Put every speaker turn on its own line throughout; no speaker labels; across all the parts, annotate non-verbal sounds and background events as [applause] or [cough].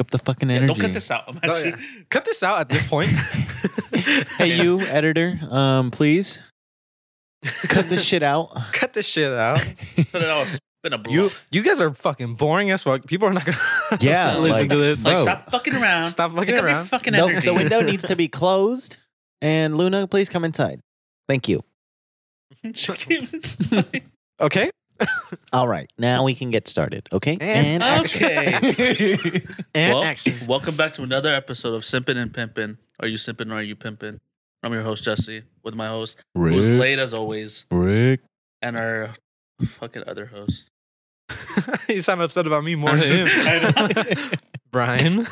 up the fucking energy.
Don't cut this out. [laughs] I'm
Oh,
actually,
yeah. Cut this out at this point.
[laughs] Hey, you editor, um, please cut this shit
[laughs]
out.
[laughs] Cut this shit out.
Cut it out. Spin a blow.
You you guys are fucking boring as fuck. People are not gonna [laughs]
Yeah,
listen
like-
to this.
like,
bro.
stop fucking around.
Stop fucking
Pick up your
around.
fucking
The,
energy. [laughs]
the window needs to be closed. And Luna, please come inside. Thank you.
okay.
All right, now we can get started. Okay.
And-
action.
okay.
And
Well,
action.
welcome back to another episode of Simpin' and Pimpin'. Are you simpin' or are you pimpin'? I'm your host Jesse with my host who's late as always,
Rick.
and our fucking other host.
[laughs] you sound upset about me more
I'm
than
just- I
him. [laughs] Brian.
[laughs]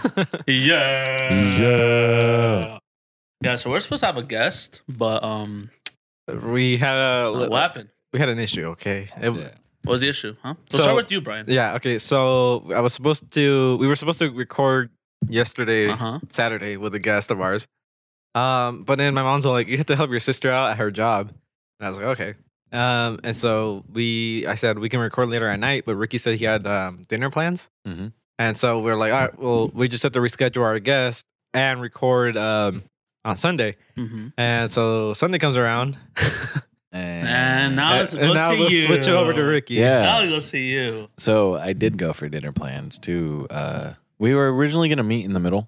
Yeah.
Yeah.
Yeah. So we're supposed to have a guest, but um,
we had a
what happened?
we had an issue, okay? It-
What was the issue? Huh? So,
So-
start with you, Brian.
yeah, okay. So I was supposed to we were supposed to record yesterday
Uh-huh.
Uh huh.
Saturday with a guest of ours. Um, but then my mom's all like, "You have to help your sister out at her job," and I was like, "Okay." Um, and so we, I said we can record later at night, but Ricky said he had um, dinner plans,
Mm-hmm.
Mhm.
and so we are like, "All right, well, we just have to reschedule our guest and record um, on Sunday."
Mm-hmm.
And so Sunday comes around,
And now
[laughs] and,
it's
and now
to
let's
you.
switch over to Ricky.
Yeah.
Now it goes to you.
So I did go for dinner plans too. Uh, we were originally going to meet in the middle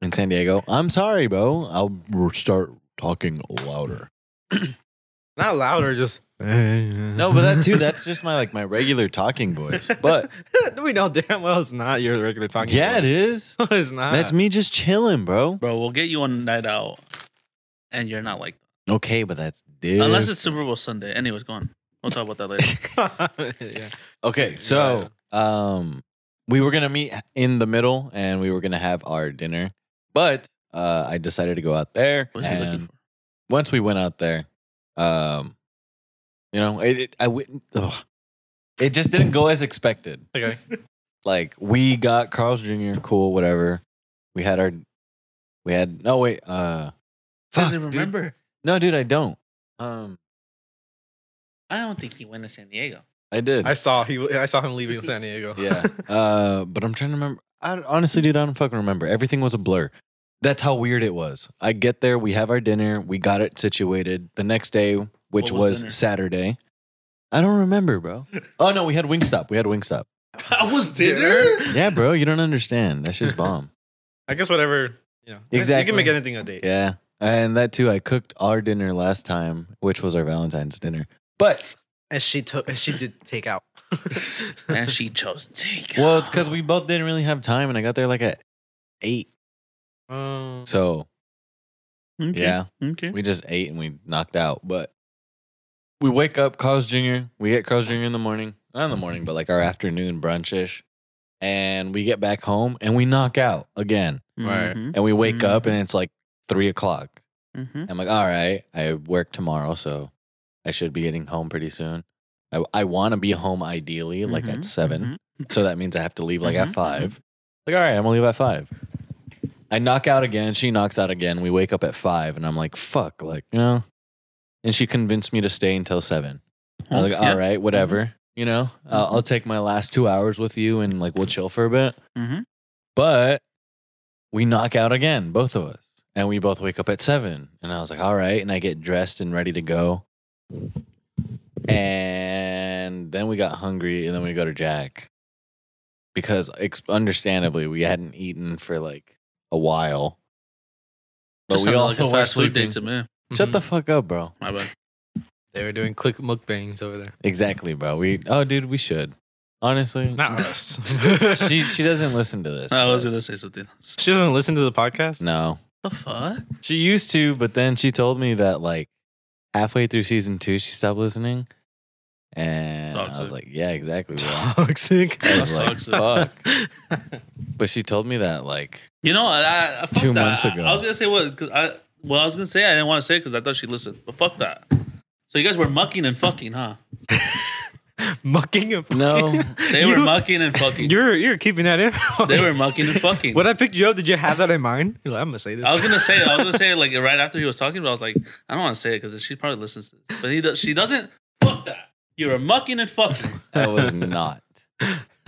in San Diego. I'm sorry, Bo. I'll r- start talking louder.
not louder, just
No, but that
[laughs]
too, that's just my like my regular talking voice. But
[laughs] we know damn well it's not your regular talking.
yeah, it
[laughs] voice.
is.
it's not.
That's me just chilling, bro.
Bro, we'll get you on night out, and you're not like
Okay, but that's
that.
different.
unless it's Super Bowl Sunday. Anyways, go on. We'll talk
[laughs]
about that later.
yeah.
Okay, so um we were gonna meet in the middle and we were gonna have our dinner. But uh I decided to go out there.
What is he looking
and-
for?
once we went out there, um, you know, it, it I wouldn't. ugh. It just didn't go as expected.
Okay.
[laughs] Like we got Carl's Jr. Cool, whatever. We had our, we had no wait. Uh, fuck,
Doesn't
dude.
remember.
No, dude, I don't. Um,
I don't think he went to San
[laughs]
Diego.
I did.
I saw he. I saw him leaving San Diego.
yeah. Uh, but I'm trying to remember. I honestly, dude, I don't fucking remember. Everything was a blur. That's how weird it was. I get there, we have our dinner, we got it situated the next day, which
What was
was,
dinner?
Saturday. I don't remember,
[laughs]
bro. Oh no, we had Wingstop. We had Wingstop.
That was
dinner?
Yeah, bro, you don't understand. That's just bomb.
I guess whatever. You know, You
Exactly.
can make anything a date.
Yeah. And that too, I cooked our dinner last time, which was our Valentine's dinner. But
And she took. And she did
[laughs]
take out.
[laughs] and she chose take.
well, it's because we both didn't really have time, and I got there like at eight.
[laughs] um,
So
Okay,
yeah,
Okay.
We just ate and we knocked out. But we wake up, Carl's Jr. We get Carl's Jr. in the morning. Not in the morning, but like our afternoon brunch ish. And we get back home and we knock out again.
Right.
Mhm.
And we wake
Mhm.
up and it's like three o'clock.
Mhm.
I'm like, all right, I work tomorrow, so I should be getting home pretty soon. I, I want to be home ideally, like
Mhm.
at 7
Mhm.
So that means I have to leave like
Mhm.
at five. Like, all right, I'm gonna leave at five. I knock out again. She knocks out again. We wake up at five, and I'm like, fuck, like, you know. And she convinced me to stay until seven. I was like, all right,
Yeah.
whatever. You know, I'll- I'll take my last two hours with you, and like we'll chill for a bit.
Mhm.
But we knock out again, both of us. And we both wake up at seven. And I was like, all right. And I get dressed and ready to go. And then we got hungry. And then we go to Jack because, ex- understandably, we hadn't eaten for like a while. But
Just
we
sounded like
also
a
were
fast food
sleeping.
date to Mm-hmm. me.
mhm.
Shut the fuck up, bro.
My bad.
they were doing quick mukbangs over there.
Exactly, bro. We, oh, dude, we should. Honestly,
Not us.
[laughs] she, she doesn't listen to this.
[laughs] I was
but-
gonna say something. Else.
[laughs] She doesn't listen to the podcast.
no.
The fuck?
She used to, but then she told me that like halfway through season two, she stopped listening. And I was
Toxic.
like, yeah, exactly.
[laughs]
bro." [laughs]
Toxic.
I was
That's
like,
toxic.
fuck. But she told me that like,
You know, I, I, I fuck
Two
that.
months
I-
ago.
I, was gonna say what? Cause I well, I was gonna say I didn't want to say because I thought she listened, but fuck that. So you guys were mucking and fucking, huh?
Mucking and
no,
They
You-
were mucking and
[laughs]
fucking.
[laughs] You're you're keeping that in.
They were mucking and fucking.
[laughs] When I picked you up, did you have that in mind? You're like, I'm gonna say this.
I was gonna say, I was gonna say like right after he was talking, but I was like, I don't want to say it because she probably listens. To this. But he does. [laughs] She doesn't. Fuck that. You were mucking and fucking.
I was not. Uh,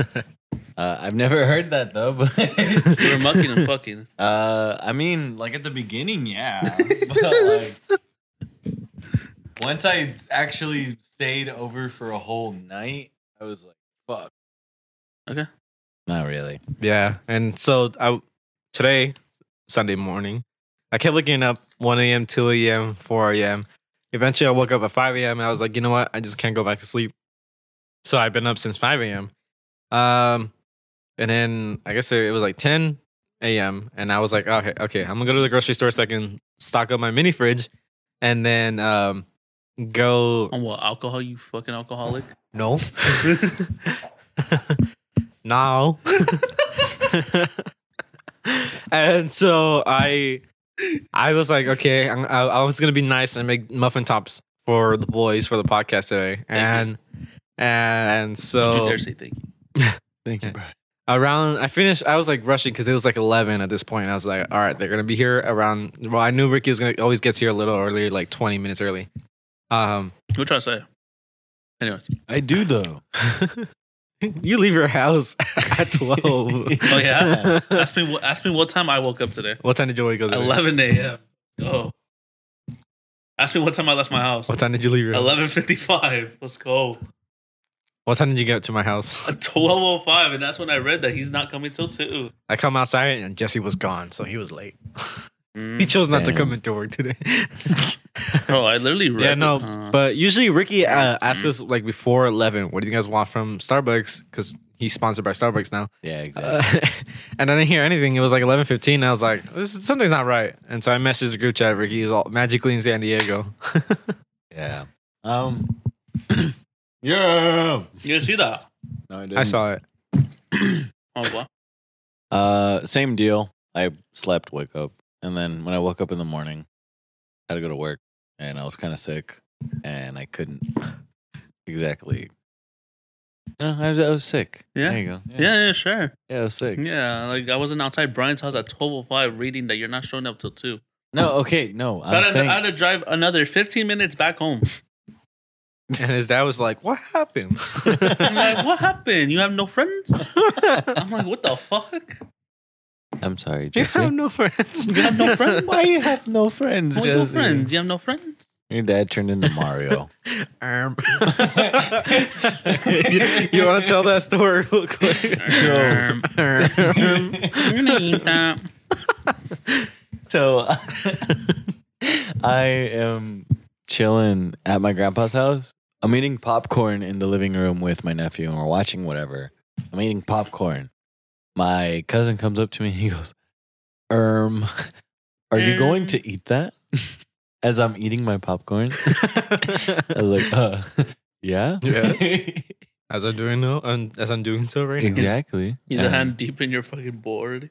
I've never heard that though.
[laughs]
But
We were mucking
[laughs]
and fucking.
Uh, I mean, like at the beginning,
[laughs]
yeah. but like, once I actually stayed over for a whole night, I was like, "Fuck."
Okay.
Not really.
Yeah, and so I today Sunday morning, I kept waking up 1 a.m., 2 a.m., 4 a.m. Eventually, I woke up at 5 a.m. and I was like, you know what? I just can't go back to sleep. So I've been up since 5 a.m. Um, and then I guess it was like 10 a.m. and I was like, okay, okay, I'm gonna go to the grocery store so I can stock up my mini fridge, and then um, go
On what alcohol? You fucking alcoholic.
no. [laughs] no. [laughs] and so I I was like, okay, I'm, I, I was gonna be nice and make muffin tops for the boys for the podcast today, and and
Don't you
so
dare say thank you.
Thank
you,
bro.
around I finished. I was like rushing because it was like eleven at this point. I was like, all right, they're gonna be here around. Well, I knew Ricky was gonna always gets here a little earlier, like twenty minutes early. Um,
What you trying to say? Anyways.
I do though.
[laughs] you leave your house [laughs] at twelve. oh
Oh yeah. ask me. What, ask me what time I woke up today.
[laughs] What time did you wake up? today?
11 a.m. Oh. Ask me what time I left my house.
What time did you leave your house?
11:55. Let's go.
What time did you get to my house?
12:05, and that's when I read that he's not coming till two.
I come outside and Jesse was gone, so he was late.
[laughs]
He chose not to
Damn.
come into work today. [laughs]
Bro, Oh, I literally read.
yeah, no,
it. Uh,
but usually Ricky uh, asks us like before 11, what do you guys want from Starbucks? Because he's sponsored by Starbucks now.
[laughs] Yeah, exactly.
Uh, [laughs] and I didn't hear anything. It was like 11.15 and I was like, this is, something's not right. And so I messaged the group chat. Ricky is all magically in San Diego.
yeah. Um. [clears throat] yeah.
you see that?
No, I didn't.
I saw it. [laughs]
Oh, what?
Uh, same deal. I slept, woke up, and then when I woke up in the morning, I had to go to work, and I was kind of sick, and I couldn't exactly. No, Uh, I was, I was sick.
Yeah.
There you go.
Yeah, yeah, sure.
Yeah, I was sick.
Yeah, like I wasn't outside Brian's house at 12:05 reading that you're not showing up till two.
No, okay, no.
I
I'm
had, to,
saying.
I had to drive another 15 minutes back home.
And his dad was like, what happened? [laughs]
I'm like, what happened? You have no friends? I'm like, what the fuck?
[laughs] I'm sorry,
you
Jesse.
have no friends.
You have no
[laughs]
friends?
Why you have no friends,
Why no
Jesse?
friends? You have no friends?
Your dad turned into [laughs] Mario.
Arm. [laughs] you want to tell that story real [laughs] quick?
[laughs]
Sure.
Erm.
Arm.
You're gonna eat that.
So [laughs] I am chilling at my grandpa's house. I'm eating popcorn in the living room with my nephew and we're watching whatever. I'm eating popcorn. My cousin comes up to me and he goes, Um, are you going
Erm.
to eat that? [laughs] As I'm eating my popcorn. I was like, uh, [laughs] yeah.
Yeah. As I'm doing now, and as I'm doing so right now.
Exactly.
He's
And-
a hand deep in your fucking board.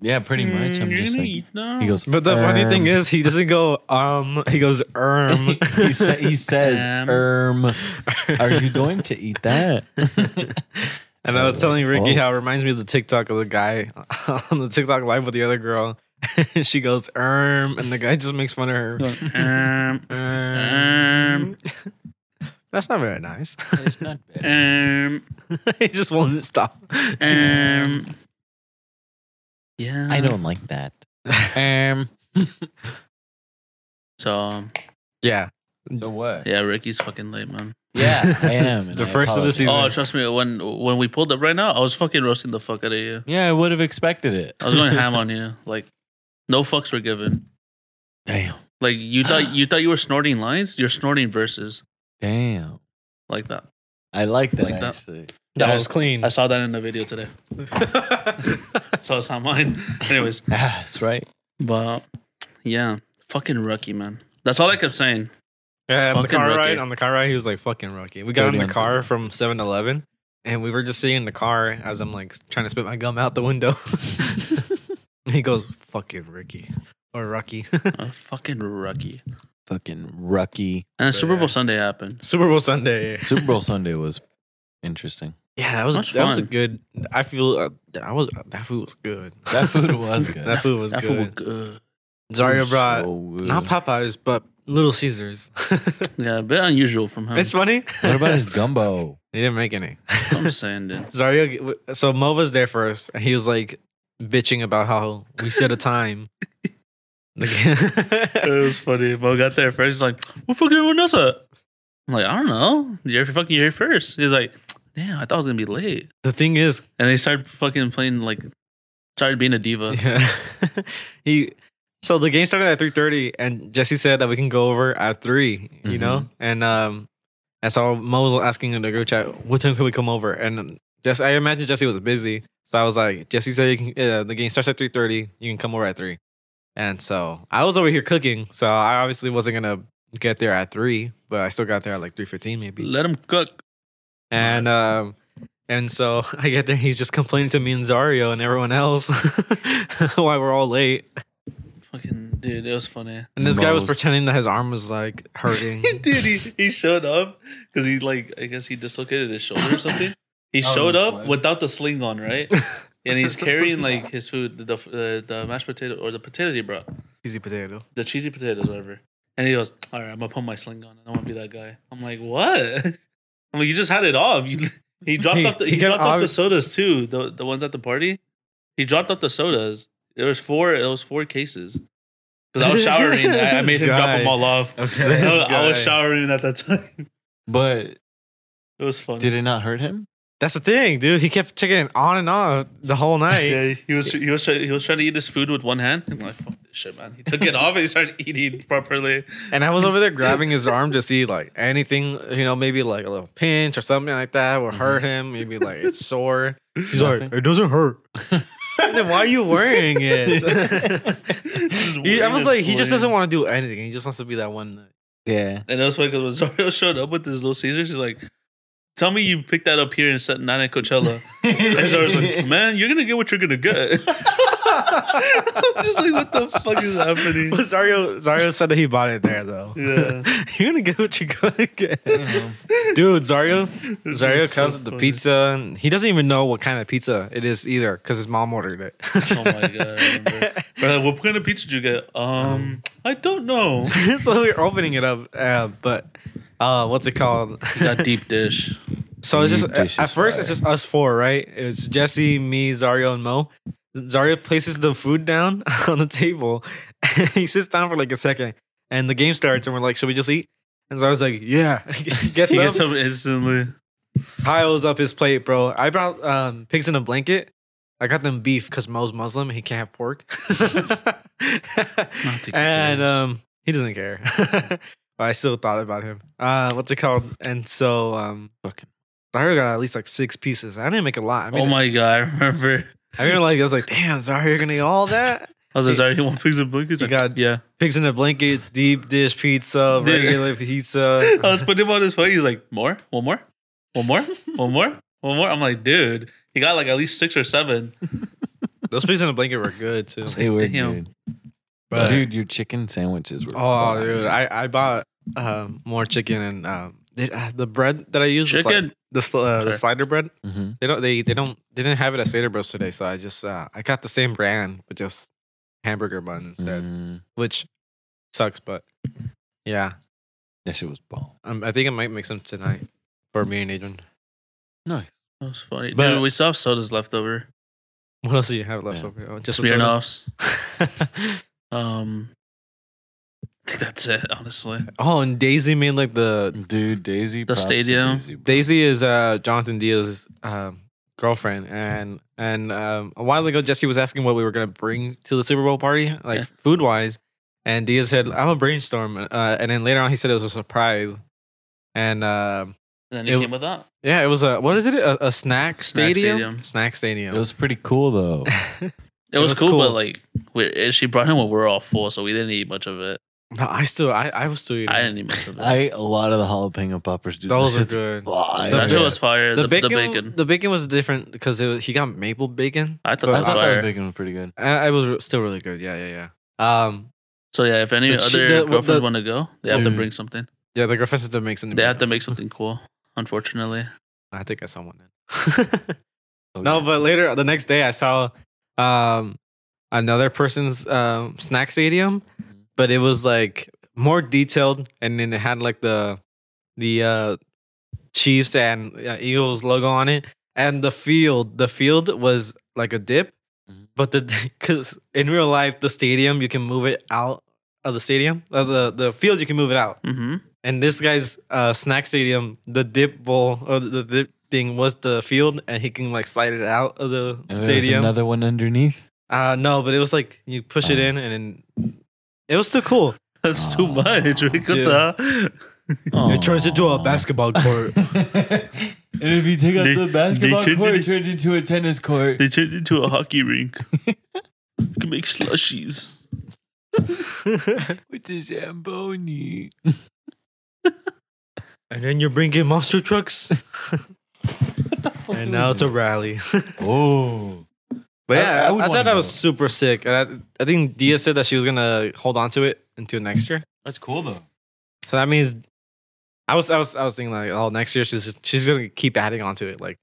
Yeah, pretty much. I'm
you're
just
gonna
like,
eat that.
he goes,
But the funny thing
"Um."
is, he doesn't go um. He goes [laughs] erm.
[laughs] he, sa- he says,
Um.
um, are you going to eat that?
And I was telling Ricky
Oh.
how it reminds me of the TikTok of the guy [laughs] on the TikTok live with the other girl. [laughs] she goes erm, and the guy just makes fun of her.
um,
Erm. [laughs] That's not very nice.
[laughs]
[laughs]
it's not bad.
um,
he just won't stop. [laughs]
um. Yeah,
I don't like that. Um.
So um,
Yeah.
So what?
yeah, Ricky's fucking late, man.
Yeah, I
[laughs]
am. and
The
I
first of the
apologize.
season.
Oh, trust me, when when we pulled up right now, I was fucking roasting the fuck out of you.
Yeah, I would have expected it. Oh,
I was going ham
[laughs]
on you, like no fucks were given.
Damn.
Like you thought you thought you were snorting lines, you're snorting verses
Damn.
like that.
I like that
Like that.
actually.
That was
[laughs]
clean.
I saw that in the video today, so it's not mine. [laughs] Anyways,
Ah, that's right.
but yeah, fucking rookie, man. That's all I kept [laughs] saying.
Yeah, on the
Fucking
car
rookie.
ride, on the car ride, he was like fucking rookie. We got
Dirty
in the
on
car from 7 Eleven and we were just sitting in the car as I'm like trying to spit my gum out the window. [laughs] And he goes, fucking Ricky or Rocky.
A fucking rookie.
Fucking Rucky.
And
But
Super Bowl
yeah.
Sunday happened.
[laughs] Super Bowl Sunday.
Super Bowl Sunday was interesting.
Yeah, that was
Much
that was a
fun.
good. I feel uh, I was that food was good.
[laughs] That
[laughs]
food was good.
that food was
That food was
good.
good.
Zaria brought
So good.
not Popeyes but Little Caesars. [laughs]
Yeah, a bit unusual from him.
it's funny. [laughs]
What about his gumbo?
He didn't make any.
[laughs] I'm saying, dude.
Zario, so Mo was there first, and he was like bitching about how we set a time.
It was funny. Mo got there first. He's like, "What fucking everyone else up?" I'm like, "I don't know. You're fucking here first. He's like, "Damn, I thought I was gonna be late."
the thing is,
And they started fucking playing like, started being a diva.
yeah, [laughs] he. So the game started at three thirty, and Jesse said that we can go over at 3 You know, and um, and so Mo was asking in the group chat, "What time can we come over?" And just I imagine Jesse was busy, so I was like, "Jesse said you can, uh, the game starts at three thirty. You can come over at 3 And so I was over here cooking, so I obviously wasn't gonna get there at three, but I still got there at like three fifteen maybe.
Let them cook.
And um and so [laughs] I get there, he's just complaining to me and Zario and everyone else [laughs] why we're all late.
Fucking dude, it was funny.
And this guy was
Moles.
pretending that his arm was like hurting.
[laughs]
[laughs]
dude, he, he showed up because he like I guess he dislocated his shoulder or something.
[laughs]
He
Oh,
showed
the
up
sled.
without the sling on, right? and he's carrying like his food, the uh, the mashed potato or the potatoes he brought,
Easy potato.
the cheesy potatoes, whatever. And he goes, "All right, I'm gonna put my sling on. I don't want to be that guy." I'm like, "What?" [laughs] I'm like, "You just had it off." You, [laughs] he dropped
He-
off the
he
he,
got
dropped off the
obvi-
sodas too. The the ones at the party, he dropped off the sodas. There was four. It was four cases. Because I
[laughs]
was showering, I, I made him drop
Guy.
them all off.
Okay.
I
[laughs] This
was, I was
guy.
showering at that time. [laughs]
But
It was fun.
did it not hurt him?
That's the thing, dude. He kept checking it on and off the whole
[laughs]
night.
yeah, he was he was trying he was trying to eat his food with one hand. I'm like, fuck this shit, man. He took it off and he started eating
[laughs]
properly. [laughs]
and I was over there grabbing his arm to see like anything, you know, maybe like a little pinch or something like that would hurt him. Maybe like it's sore. He's
Nothing.
it doesn't hurt. [laughs] then why are you wearing
[laughs]
it? [laughs] He, I was like, he just doesn't want to do anything. He just wants to be that one. night.
Yeah.
And that's why because when Zario showed up with his little Caesars, he's like, "Tell me you picked that up here in Staten Island, Coachella." and Zario's
[laughs]
like, "Man, you're gonna get what you're gonna get." I'm just like, what the fuck is
[laughs]
happening?
But Zario, Zario said that he bought it there though.
Yeah.
[laughs]
Uh-huh.
You're gonna get what you're gonna get, dude. Zario, Zario
so
comes with the
funny.
pizza. And he doesn't even know what kind of pizza it is either, because his mom ordered it.
Oh my god! I remember. We're like, what kind of pizza did you get? Um, I don't
[laughs]
know.
[laughs] so we're opening it up, uh, but uh, what's it called?
Got deep dish.
So it's
Deep
just
dish
at at
is
first
fire.
it's just us four, right? It's Jesse, me, Zario, and Mo. Zario places the food down [laughs] on the table. [laughs] And he sits down for like a second, and the game starts, and we're like, "Should we just eat?" And Zario's like, "Yeah." [laughs] He gets
He
up,
gets up instantly.
piles up his plate, bro. I brought um, pigs in a blanket. I got them beef because Mo's Muslim. He can't have pork. [laughs] and um, he doesn't care. [laughs] but I still thought about him. Uh, what's it called? And so um,
Fucking-
Zario got at least like six pieces. I didn't make a lot. I mean,
oh my god! I remember.
I remember like I was like, damn, Zario, you're gonna eat
[laughs]
all that?
I was like, sorry, you want pigs and blinkers?
You
Like, [laughs]
got-
yeah.
Pigs in a blanket, deep dish pizza,
Dude.
regular
I [laughs]
pizza.
was putting him on his plate. He's like, more, one more, one more, one more, one more. I'm like, dude, he got like at least six or seven.
Those pigs in a blanket were good too.
like,
were
damn.
good.
But-
dude, your chicken sandwiches were.
Oh,
fire.
dude, I, I bought um, more chicken and um, they, uh, the bread that I use is like-
Chicken.
the, sl- uh, the
Sorry.
slider bread.
Mhm.
They don't they they don't they didn't have it at Slater Bros today, so I just uh, I got the same brand but just hamburger bun instead,
Mm,
which sucks. But yeah,
that shit was bomb.
um, I think I might make some tonight for me and Adrian. [laughs]
That was funny.
But-
dude, we still have sodas left over.
What else do you have left
Yeah.
over? Oh, just a soda?
Smirnoffs. Um, I think that's it, honestly.
[laughs] oh, and Daisy made like the
Dude, Daisy. props to
stadium.
Daisy, bro.
Daisy is uh, Jonathan Diaz's um, girlfriend, and and um, a while ago Jesse was asking what we were gonna bring to the Super Bowl party, like
Yeah.
food wise, and Diaz said I'm gonna brainstorm, uh, and then later on he said it was a surprise, and um,
And then he
It-
came with that.
yeah, it was a what is it a, a
Snack
snack stadium?
stadium.
Snack
It
stadium.
was pretty cool though.
It, was,
was
cool, but
cool.
like, we she brought him when we were all full, so we didn't eat much of it.
[laughs] but I still I, I was still eating.
I didn't eat much of it.
I ate a lot of the jalapeno poppers, dude.
Those
That
are
shit's
[laughs]
good.
fire.
that shit
the-
was fire. The, the
The, bacon,
bacon.
the bacon, was different because it was, he got maple bacon.
I thought
But
I
that was
thought that
fire.
bacon was pretty good.
I, I was re- still really good. Yeah, yeah, yeah. Um,
So yeah, if any
The chi-
other
the- what
girlfriends
the-
want to go, they have to
Dude.
bring something.
yeah, the girlfriend said to make something.
They have
[laughs]
to make something cool. Unfortunately,
I think I saw one then.
Oh,
[laughs] no,
yeah.
but later the next day I saw um another person's um snack stadium, but it was like more detailed and then it had like the the uh Chiefs and uh, Eagles logo on it, and the field, the field was like a dip,
Mhm.
but the [laughs] because in real life the stadium you can move it out of the stadium, of the the field you can move it out,
Mm-hmm.
and this guy's uh, snack stadium, the dip bowl or the dip thing was the field, and he can like slide it out of the
And there was
stadium.
another one underneath. [laughs]
uh, no, but it was like you push it
Oh.
in, and then it was still cool.
That's too much. Rick. What
Dude. [laughs]
the-
It
basketball
[laughs]
court.
and if you take out
They-
the basketball
they turned
court,
it-
it turns into a tennis court.
They turned it into a hockey
[laughs]
rink. you can make slushies.
With the Zamboni.
And then you're bringing monster trucks. and now it's
[laughs]
a rally.
Oh.
But
I-
yeah, I,
I would
I
wanna
thought that
go.
was super sick. And I, I think Dia said that she was going to hold on to it until next year.
That's cool though.
So that means I was, I was, I was thinking like, oh, next year she's, she's going to keep adding onto it. Like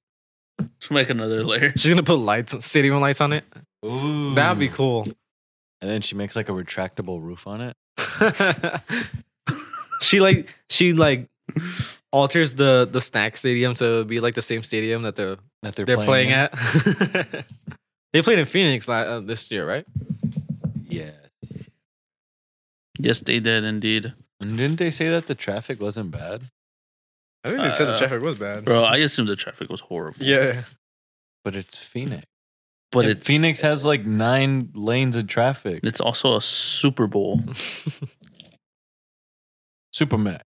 Let's make another layer.
she's going to put lights, stadium lights on it.
Ooh.
That'd be cool. [laughs]
And then she makes like a retractable roof on it.
she like, she like alters the, the snack stadium to be like the same stadium that the
That they're,
they're playing,
in.
at. [laughs] they played in Phoenix la- uh, this year, right?
Yeah.
Yes, they did indeed.
And didn't they say that the traffic wasn't bad?
I
think they said the Uh, traffic
was bad.
Bro, I assumed the traffic was horrible.
Yeah,
But it's Phoenix.
But
And
it's Phoenix.
Phoenix has like nine lanes of traffic.
It's also a Super Bowl.
Superman.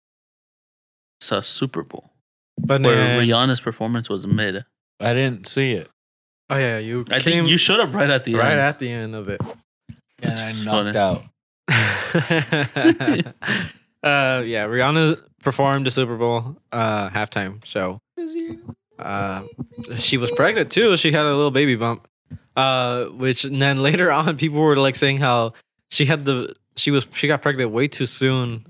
It's a Super Bowl.
[laughs] but
Where
then-
Rihanna's performance was mid.
I didn't see it.
oh yeah, you
I
came
think you showed up right at the
right
end.
at the end of it.
And
It's
I
just
knocked
funny.
out.
uh, yeah, Rihanna performed the Super Bowl uh, halftime show. Uh, she was pregnant too. She had a little baby bump, uh, which and then later [laughs] on people were like saying how she had the she was she got pregnant way too soon.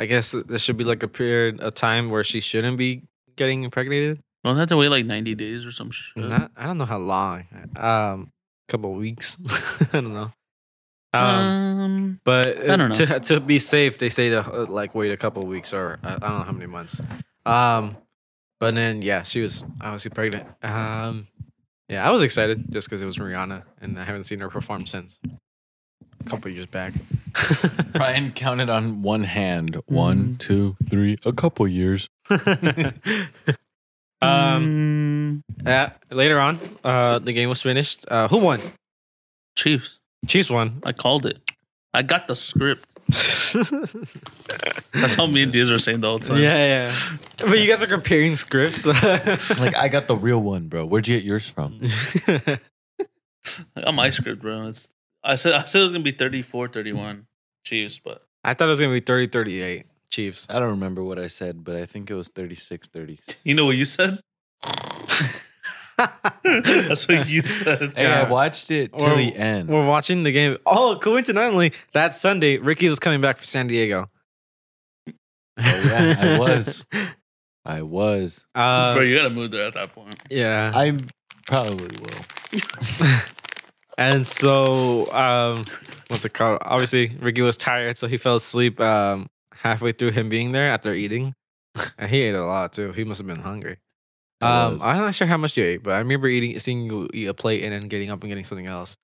I guess there should be like a period a time where she shouldn't be getting impregnated.
Don't have to wait like 90 days or some shit.
Not, I don't know how long. Um, couple weeks. [laughs] I don't know. Um,
Um,
but
I don't know.
to to be safe, they say to uh, like wait a couple weeks or uh, I don't know how many months. Um, but then yeah, she was obviously pregnant. Um, yeah, I was excited just because it was Rihanna, and I haven't seen her perform since a couple years back. [laughs]
Ryan counted on one hand. One, two, three, a couple years.
um,
um,
yeah, later on, uh, the game was finished. Uh, who won?
Chiefs. [laughs]
Chiefs won.
I called it. I got the script. That's how me and Diaz were saying the whole
yeah,
time.
yeah. But you guys are comparing scripts. [laughs]
Like I got the real one, bro. Where'd you get yours from?
I got my script, bro. It's, I said I said it was gonna be 34, 31 Chiefs, but
I thought it was gonna be 30 38 Chiefs. [laughs]
I don't remember what I said, but I think it was 36 30.
you know what you said? [laughs] That's what you said.
Hey,
Yeah.
I watched it till
Or-
the end.
We're watching the game. Oh, coincidentally, that Sunday, Ricky was coming back from San Diego.
Oh, yeah, I
[laughs]
was. I was.
[laughs] Uh,
bro, you gotta move there at that point.
yeah.
I probably will.
And so, um, what's it called? Obviously, Ricky was tired, so he fell asleep um, halfway through him being there after eating. [laughs] And he ate a lot too. He must have been hungry.
I
Um,
was.
I'm not sure how much you ate, but I remember eating, seeing you eat a plate and then getting up and getting something else.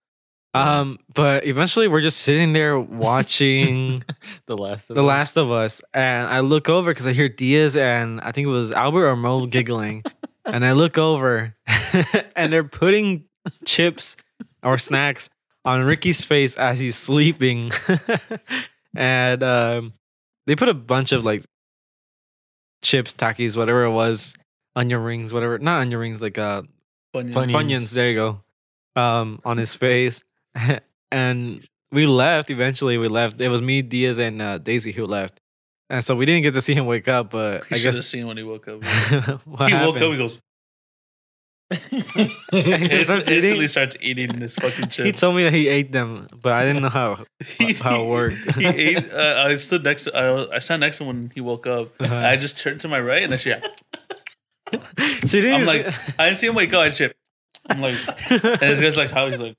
Yeah.
Um, but eventually, we're just sitting there watching
the last of
The
Us.
Last of Us, and I look over because I hear Diaz and I think it was Albert
[laughs]
or Mo giggling, and I look over, [laughs] and they're putting chips or snacks on Ricky's face as he's sleeping, [laughs] and um, they put a bunch of like chips, takis, whatever it was, onion rings, whatever, not onion rings, like uh,
Funyuns.
Funyuns.
Funyuns, there you go. Um, on his face. [laughs] and we left eventually. We left. It was me, Diaz, and uh, Daisy who left. And so we didn't get to see him wake up, but
You
I
should have
guess
seen when he woke up.
[laughs] what
he woke up. He
happened?
goes.
And [laughs] he,
[laughs] He
just starts
instantly
eating.
starts eating this fucking
he
chip.
told me that he ate them, but I didn't
[laughs]
know how. how it worked.
he ate. Uh, I stood next. To, I, I sat next to him when he woke up.
[laughs] Uh-huh.
I just turned to my right and I shit.
She didn't.
I'm
even
like,
see-
I didn't see him wake up. I shit. I'm like, and this guy's like, how? He's like,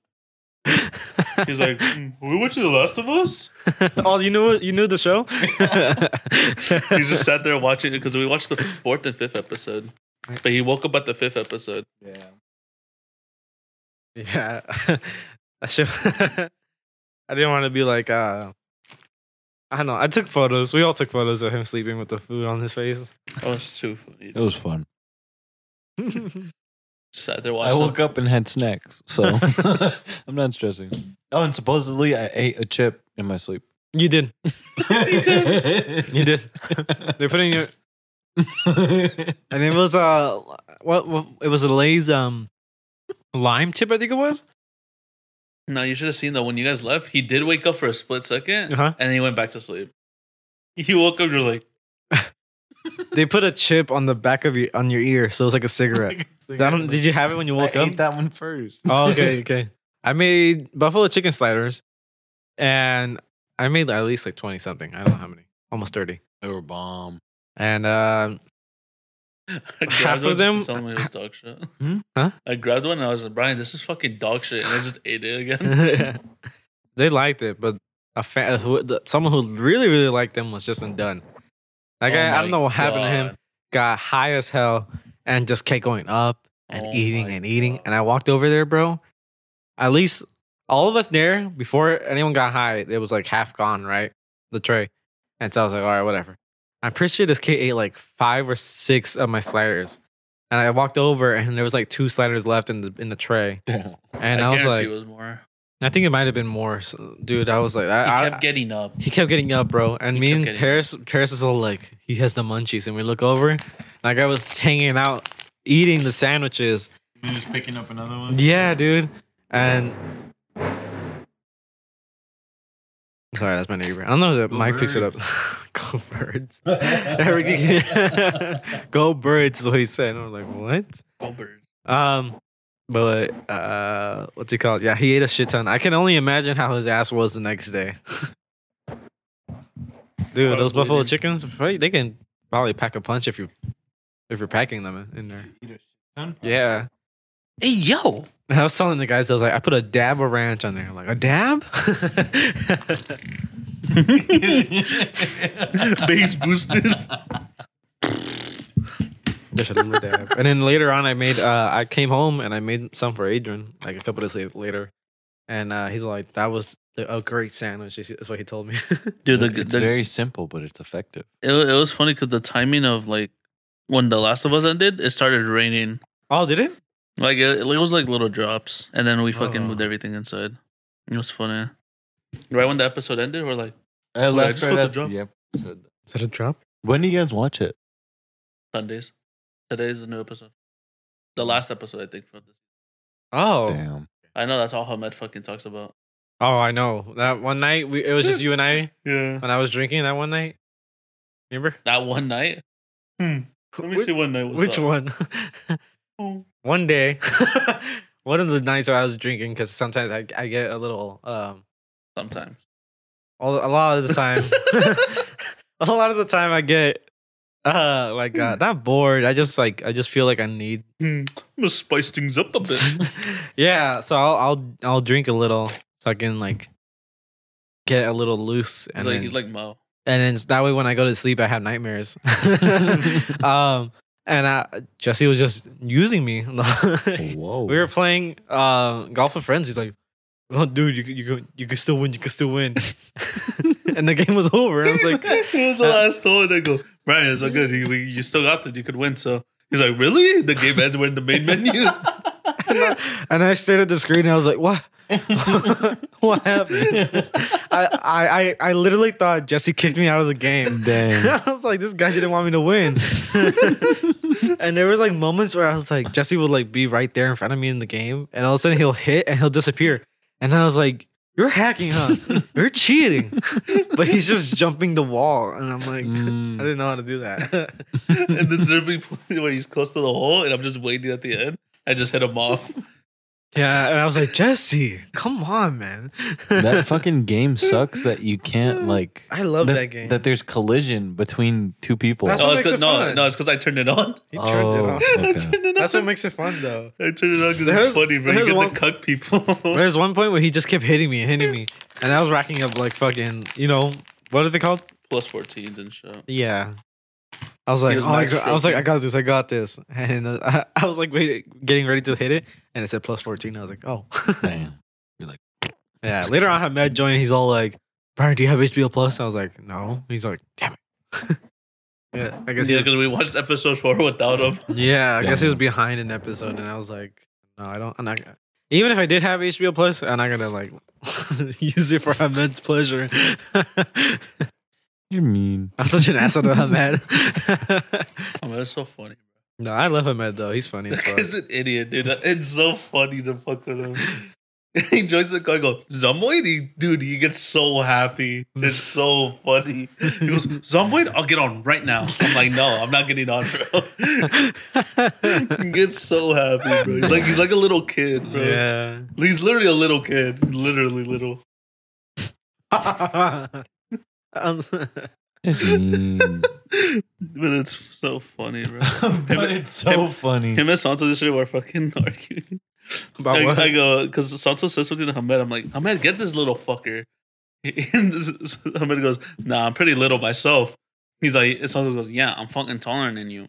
[laughs]
He's like, "Mm, we watching The Last of Us?
oh, you knew you knew
[laughs]
the show.
He just sat there watching it because we watched the fourth and fifth episode. But he woke up at the fifth episode.
Yeah.
Yeah. [laughs] I should [laughs] I didn't want to be like uh I don't know. I took photos. We all took photos of him sleeping with the food on his face. [laughs]
That was too funny.
It was fun.
Sat there
I
watching.
woke up and had snacks,
[laughs]
so [laughs] I'm not stressing. Oh, and supposedly I ate a chip in my sleep.
you did.
you [laughs]
You did. They're putting your
[laughs]
and it was uh what, what it was a Lay's um lime chip I think it was.
No, you should have seen that when you guys left. He did wake up for a split 2nd
Uh-huh.
and then he went back to sleep. [laughs] He woke up. You're like,
They put a chip on the back of your on your ear, so it's like
[laughs]
a cigarette. I don't- did you have it when you
I
woke up?
ate that one first.
Oh, okay, okay. I made buffalo chicken sliders, and I made at least like twenty something. I don't know how many, almost thirty.
[laughs] They were bomb.
[laughs]
And um,
I grabbed
Half
one just
of
to
them-
Tell me it was dog shit. [laughs]
Hmm? Huh?
I grabbed one and I was like, Brian, this is fucking dog shit. And I just ate it
[laughs]
again.
they liked it, but a fan, who, the- someone who really really liked them was Justin Dunn. Like
Oh
I, I
my
don't know what happened to him.
God.
Got high as hell and just kept going up and
Oh
eating
my
and eating.
God.
And I walked over there, bro. At least all of us there before anyone got high, it was like half gone, right? The tray. And so I was like, all right, whatever. I'm pretty sure this kid ate like five or six of my sliders. And I walked over and there was like two sliders left in the in the tray.
Damn.
And I, was
guarantee
like,
it was more.
I think it might have been more. So, dude, I was like,
He
I,
kept
I,
getting up.
he kept getting up, bro. And
He
me
kept
and
getting up.
Paris, Paris is all like, he has the munchies. And we look over, like I was hanging out, eating the sandwiches.
You just picking up another
[laughs]
one?
Yeah, dude. And sorry, that's my neighbor. I don't know if the
Go
mic picks it up. [laughs] Go birds. [laughs] Eric- Go [laughs] birds is what he said. And I'm like, what?
Oh,
[laughs]
[laughs] bird.
Um, but uh, what's he called? Yeah, he ate a shit ton. I can only imagine how his ass was the next day. [laughs] Dude, those
Probably
buffalo
didn't-
chickens, right, they can probably pack a punch if you if you're packing them in there. Yeah.
Hey, yo.
And I was telling the guys, I was like, I put a dab of ranch on there. like, a dab? [laughs]
Base boosted.
Just a little dab. And then later on, I made, uh, I came home and I made some for Adrian, like a couple days la- later. And uh, he's like, that was a great sandwich. is- Is what he told me. [laughs]
[laughs]
Dude, the,
It's
the-
very simple, but it's effective.
it, it was funny because the timing of like when The Last of Us ended, it started raining.
oh, did it?
Like it, it was like little drops, and then we fucking
Oh.
moved everything inside. It was funny. Right when the episode ended, we're like
I
just felt the drop.
Yep.
Is that a drop?
When do you guys watch it?
Sundays. Today is the new episode, the last episode I think from this.
Oh,
Damn.
I know that's all Hamed fucking talks about.
oh, I know. That one night, we, it was just you and [laughs] I
Yeah.
when I was drinking. That one night, remember?
That one night. Hmm. Let me
Which-
see one night. was
Which
up.
one? [laughs] one day, [laughs] one of the nights I was drinking, because sometimes I, I get a little, um,
Sometimes.
all, a lot of
[laughs]
the time, [laughs] a lot of the time I get, uh, like
Mm.
uh, not bored. I just like I just feel like I need
Hmm. I'm gonna spice things up a [laughs] bit.
[laughs] yeah, so I'll I'll I'll drink a little so I can like get a little loose and
he's like
then,
he's like Mo.
and then s- that way when I go to sleep I have nightmares. [laughs] um and I Jesse was just using me. [laughs]
[laughs]
we
Whoa. [laughs]
were playing uh, golf with friends. He's like, "Oh, dude, you could- you could- you can still win. You can
[laughs]
still win." and the game was over. And I was like, "Uh,
it was the last hole, and I go, Brian, it's all good. You, we- you still got it. You could win. So he's like, really? The game ends. We're in the
[laughs]
main menu.
and, I, and I stared at the screen and I was like, what? [laughs] what happened? I, I, I- I literally thought Jesse kicked me out of the game.
Damn.
[laughs] I was like, this guy didn't want me
[laughs]
to win. and there was like moments where I was like, Jesse would like be right there in front of me in the game, and all of a sudden he'll hit and he'll disappear. And I was like, You're hacking, huh?
[laughs]
You're cheating. but he's just jumping the wall. And I'm like, [laughs] I
Mm.
didn't know how to do that. [laughs]
and then there'll be points where he's close to the hole, and I'm just waiting at the end. I just hit him off.
Yeah, and I was like, Jesse, come on, man.
[laughs]
[laughs]
that fucking game sucks that you [laughs] can't like
I love
that,
that game.
that there's collision between two people.
[laughs]
[laughs]
That's
no,
what
it's 'cause-
makes it
no,
fun.
no, it's because I turned it on. [laughs]
he turned it
Oh.
off.
I
Okay.
turned it
That's
on.
what makes it fun, though.
I turned it on because
There's-
it's funny, bro. You
there's
get
one-
the cuck people.
There's one point where he just kept hitting me and hitting me, and I was racking up like fucking, you know, what are they called?
[laughs] Plus 14s and shit.
Yeah. I was like,
was
oh, I,
max
got- I was like,
stroking.
I got this, I got this, [laughs] and uh, I, I was like, wait, getting ready to hit it, and it said plus fourteen. I was like, oh, [laughs]
Damn.
yeah. Later on, I met joined. He's all like, Brian, do you have HBO Plus? I was like, no. He's like, damn it. [laughs] yeah, I guess he
Yeah,
was,
because we watched episode four without
[laughs]
him.
yeah, I guess he was
Damn. behind
behind an episode, and I was like, no, I don't. I'm not. gonna- Even if I did have HBO Plus, I'm not gonna like [laughs] use it for immense pleasure. [laughs]
You're mean.
I'm such an asshole to Ahmed. [laughs]
Oh, man, that's so funny.
no, I love Ahmed though. He's funny as
This
fuck. [laughs]
kid's an idiot, dude. It's so funny to fuck with him. [laughs] he joins the car, go Zomboid, dude. He gets so happy. It's so funny. He goes Zomboid, I'll get on right now. I'm like, no, I'm not getting on, bro. [laughs] he gets so happy, bro. He's like he's like a little kid, bro.
yeah. [laughs]
He's literally a little kid. He's literally little.
[laughs] You're mean.
But it's so funny,
[laughs]
bro.
but it's so
him-
funny. [laughs]
Him and Santo yesterday were fucking arguing.
About
I,
what?
I go because Santo says something to Hamed. I'm like, Hamed, get this little fucker. [laughs] And this- Hamed goes, Nah, I'm pretty little myself. He's like, and Santo goes, Yeah, I'm fucking taller than you.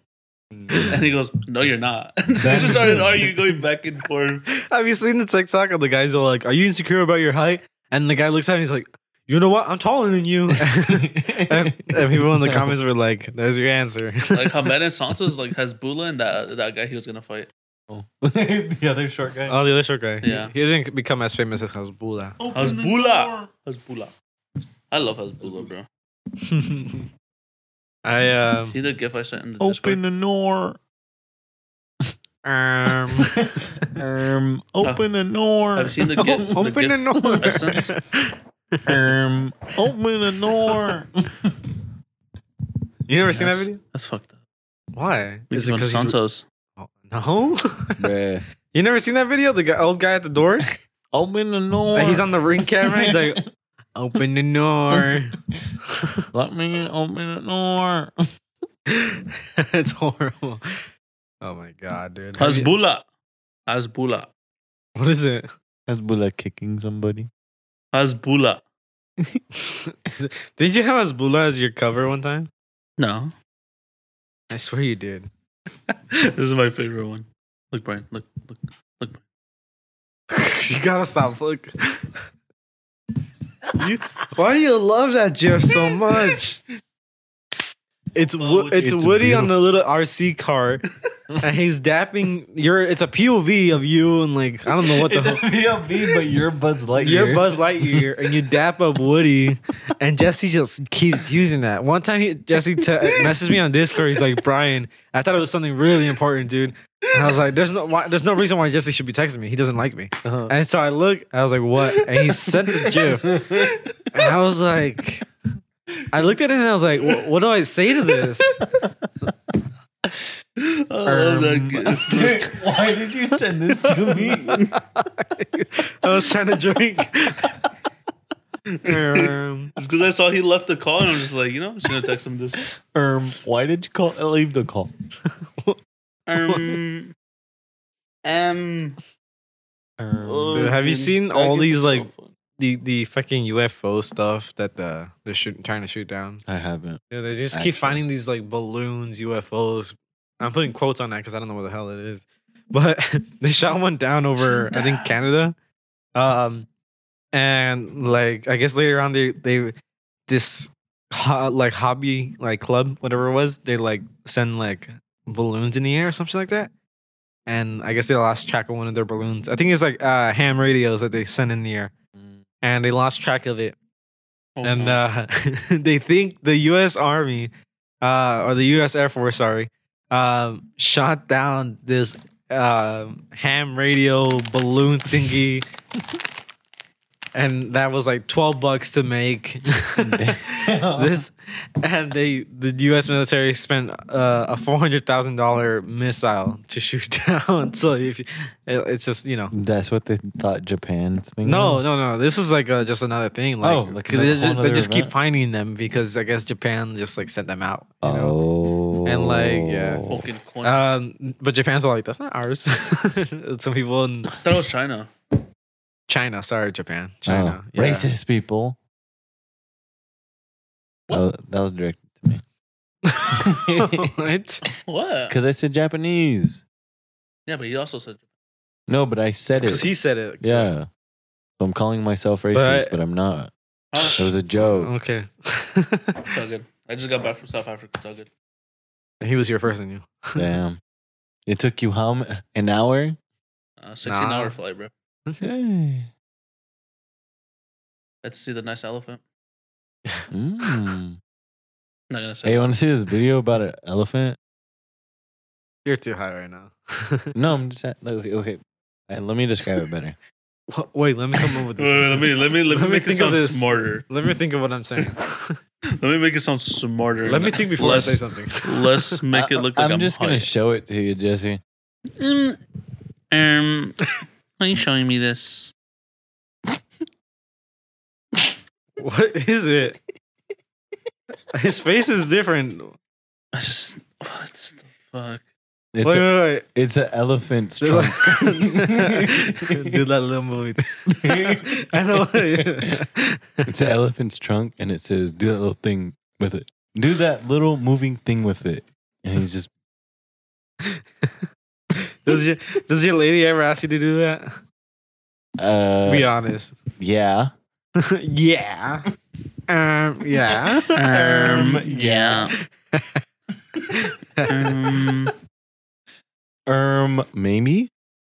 And he goes, No, you're not. [laughs] so they just started arguing, going back and forth.
Have you seen the TikTok of the guys who are like, "Are you insecure about your height?" And the guy looks at him, he's like, "You know what? I'm taller than you." and, and people
[laughs]
in the comments were like, "There's your answer." [laughs]
Like Hamed and Santo's like has Bula and that that guy he was gonna fight.
[laughs] the other short guy.
oh, the other short guy.
Yeah. Oh.
he, he didn't become as famous as Hasbula.
Hasbula, Hasbula. I love Hasbula, bro.
I
[laughs]
um,
See the gif I sent in the
Open
Discord?
the door.
um
Um, open the door.
Have you seen the
[laughs]
gif?
[laughs]
the
open
gif?
the door.
I sent-
Um, open the door.
[laughs] You never seen that
Yes.
video?
That's fucked up.
Why?
Is it because
he's-
Santos?
Oh, No. [laughs]
Bruh.
you never seen that video? The guy, old guy at the
[laughs]
door.
Open the door.
Like, he's on the ring camera. He's like, "Open the
[laughs]
door." [laughs]
Let me open the door.
it's horrible. Oh my god, dude. Have you-
Hasbula. Hasbula.
[laughs] What is it?
That's Bula kicking somebody.
Hasbula.
did you have Azbula as your cover one time?
No.
I swear you did.
[laughs] this is my favorite one. Look, Brian. Look, [laughs] look.
[laughs] you gotta stop. Look. [laughs] You, why do you love that GIF [laughs] so much? It's Wo-
Woody.
it's,
It's
Woody on the little RC car, and he's dapping. You're it's a POV of you and like I don't know what the.
[laughs]
hell.
VLB, but your Buzz Lightyear.
You're Buzz Lightyear, and you dap up Woody, and Jesse just keeps using that. One time, he, Jesse te- messaged me on Discord. He's like, "Brian, I thought it was something really important, dude." And I was like, "There's no, why, there's no reason why Jesse should be texting me. He doesn't like me."
Uh-huh.
And so I look, I was like, "What?" And he sent the GIF, and I was like, "I looked at it, and I was like, "Wha- what do I say to this?"
I love that
Um,
gif. [laughs]
Why did [laughs] you send this to me?
[laughs] I was trying to
[laughs]
drink. Um,
It's because I saw he left the call and I'm just like, you know, I'm just going to text him this.
um, why did you call? Leave the call.
[laughs] Um. Um.
Um,
Dude, have you
fucking-
seen
that
all
gif
these,
is
like-
fun.
the the fucking UFO stuff that the they're shooting trying to shoot down.
I haven't.
Yeah, they just
Actually.
keep finding these like balloons, UFOs. I'm putting quotes on that because I don't know what the hell it is. [laughs] But they shot one down over, I think, Canada. Um, and like I guess later on they they this ho- like hobby like club whatever it was they like send like balloons in the air or something like that. And I guess they lost track of one of their balloons. I think it's like uh, ham radios that they send in the air, and they lost track of it
Oh,
and
no.
uh, [laughs] they think the U.S. Army uh, or the U.S. Air Force, sorry, um, shot down this um ham radio balloon thingy, and that was like 12 bucks to make [laughs] this and they the US military spent uh, a $400,000 missile to shoot [laughs] down so if you, it, it's just you know
That's what they thought Japan's thing.
no
was?
no no this was like uh, just another thing like,
Oh, like
'cause
another-
they,
whole
just, they
nother
just keep
event.
finding them because I guess Japan just like sent them out you know?
Oh.
And, like, yeah.
Oh.
Fucking quants.
um but Japan's all like that's not ours [laughs] some people in
I thought it was China.
China sorry Japan China
China.
Oh.
yeah.
Oh,
[laughs]
Racist people.
What?
Oh, that was directed to me. [laughs]
right
What?
Because I said Japanese.
Yeah, but he also said
No, but I said it.
because he said it
yeah. So I'm calling myself racist,
But-
but, I'm not. It
Huh?
was a joke.
okay
"Ah,
[laughs]
It's all good. I just got back from South Africa. It's all good.
he was your person you [laughs]
Damn. It took you how m- an hour?
Uh, 16
Nah.
hour flight, bro. Had to see the nice elephant.
Mm.
not gonna say.
Hey, you
that.
want to see this video about an elephant?
You're too high right now. [laughs]
No, I'm just at, okay. okay. Uh, let me describe it better.
Wha- Wait, let me come up with
Wait,
this.
wait, let me let me [laughs] let,
Let
me
me
make it
think of
sound
this.
smarter.
Let me think of what I'm
[laughs]
saying.
Let me make it sound smarter.
let me think before
Less-
I say something.
Let's make it look like
I'm,
I'm,
just gonna show it to you, Jesse.
Mm, um, why are you showing me this?
What is it? His face is different.
I just what the fuck?
It's
wait,
a-
wait, wait.
It's an
[laughs]
elephant's
Do
trunk.
that- do that little movie. [laughs] I know. what it-
It's an elephant's trunk, and it says, "Do that little thing with it. Do that little moving thing with it." And he's just,
does your Does your lady ever ask you to do that?
uh, [laughs]
Be honest.
yeah,
yeah. Um. Yeah.
Um, yeah. um,
um, maybe,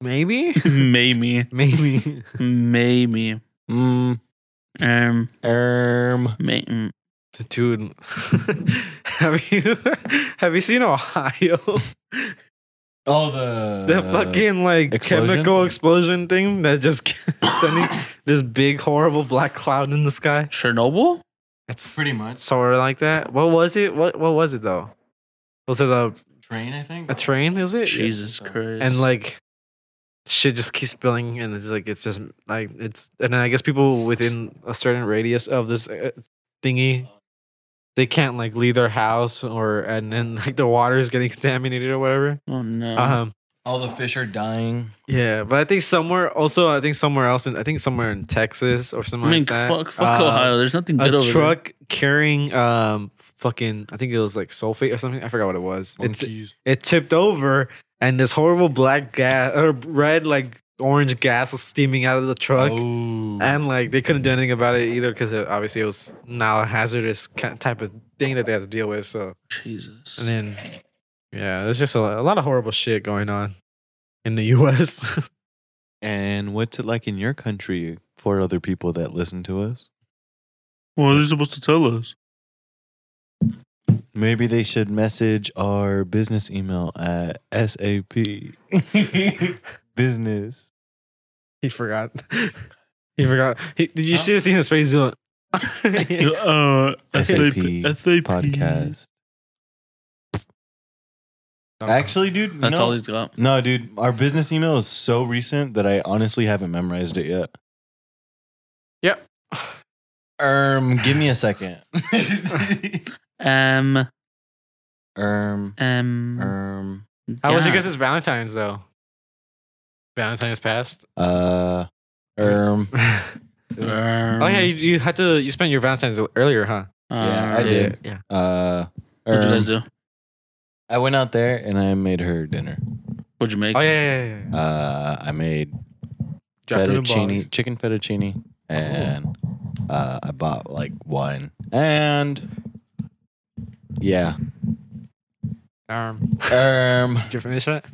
Maybe.
maybe,
Maybe.
maybe,
mm,
um,
um,
may- mm.
Dude, [laughs] have you have you seen Ohio?
all the
that
Uh,
fucking like
explosion?
chemical explosion thing that just [laughs] kept sending this big horrible black cloud in the sky.
Chernobyl?
It's
Pretty much.
sort of like that. What was it? What what was it though? Was it a
Train, I think.
a train? Is it?
Jesus Christ!
And like shit just keeps spilling, and it's like it's just like it's and then I guess people within a certain radius of this uh, thingy. They can't like leave their house or and then [laughs] like the water is getting contaminated or whatever.
oh no,
Um,
All the fish are dying.
yeah, but I think somewhere also I think somewhere else in I think somewhere in Texas or
I
something
mean,
like that.
fuck, fuck
uh,
Ohio. There's nothing
A
good over
truck carrying um fucking I think it was like sulfate or something. I forgot what it was. It's, it tipped over and this horrible black gas or red like orange gas was steaming out of the truck
Oh.
and like they couldn't do anything about it either because obviously it was now a hazardous ki- type of thing that they had to deal with so
there. Jesus.
and then yeah there's just a, lo- a lot of horrible shit going on in the [laughs] us
And what's it like in your country for other people that listen to us?
What are you supposed to tell us?
[laughs]
Maybe they should message our business email at SAP [laughs] business.
[laughs] he forgot he forgot he, did you seriously see his face [laughs] doing [laughs]
Uh,
SAP podcast.
[laughs]
Actually, dude,
That's
no.
all he's got.
no, dude, our business email is so recent that I honestly haven't memorized it yet.
Yep.
Um, give me a second.
Um,
um,
um,
um,
how was your
yeah.
guys' valentine's though valentine's [laughs] passed
uh, erm, um.
Um,
Oh yeah, Oh, you, you had to you spent your Valentine's earlier, huh?
Yeah, I
uh,
did.
Yeah.
Uh,
What'd you
um,
guys do?
I went out there and I made her dinner.
What'd you make?
Oh yeah, yeah, yeah. yeah.
Uh, I made
Dropped it in the
fettuccine,
box. Oh.
chicken fettuccine, and uh, I bought like wine and yeah.
Um,
Um,
did you finish that?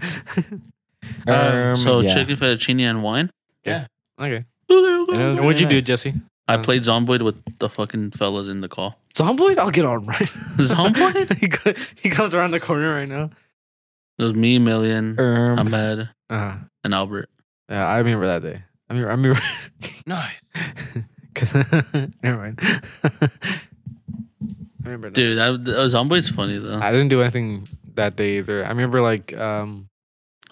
[laughs]
um
so
yeah.
chicken fettuccine and wine.
[laughs] okay.
it was
And what'd
really
you do, Jesse?
I played Zomboid with the fucking fellas in the call.
Zomboid? I'll get on right.
Zomboid?
[laughs] he, co- he comes around the corner right now.
It was me, Million,
Um,
Ahmed,
Uh,
and Albert.
yeah, I remember [laughs] that day. I mean, I mean,
Nice.
cause, [laughs] never mind. I remember, now.
Dude, that, that was Homeboy's funny though.
I didn't do anything that day either. I remember, like, um,